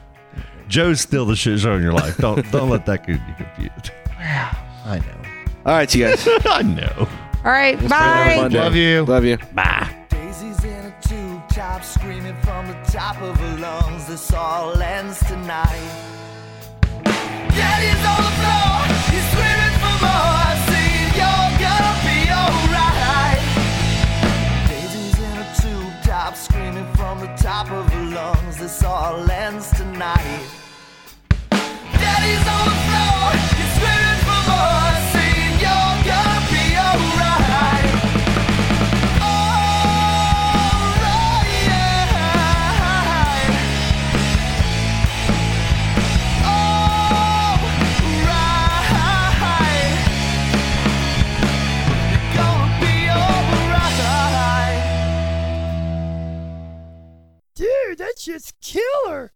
Speaker 7: Joe's still the shit show in your life. Don't don't let that get you confused. <laughs>
Speaker 8: I know.
Speaker 9: All right, you
Speaker 10: <laughs>
Speaker 9: guys.
Speaker 7: I know.
Speaker 10: All right, bye.
Speaker 9: Monday.
Speaker 8: Love you.
Speaker 9: Love you.
Speaker 11: Daisy's in a tube top, screaming from the top of her lungs. This all ends tonight. Daddy's on the floor, he's screaming for more. Saying you're gonna be alright. Daisy's in a tube top, screaming from the top of her lungs. This all ends tonight. Daddy's on the floor, he's screaming for more. Saying you're gonna be alright. Dude, that shit's killer!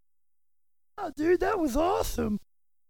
Speaker 11: Oh, dude, that was awesome.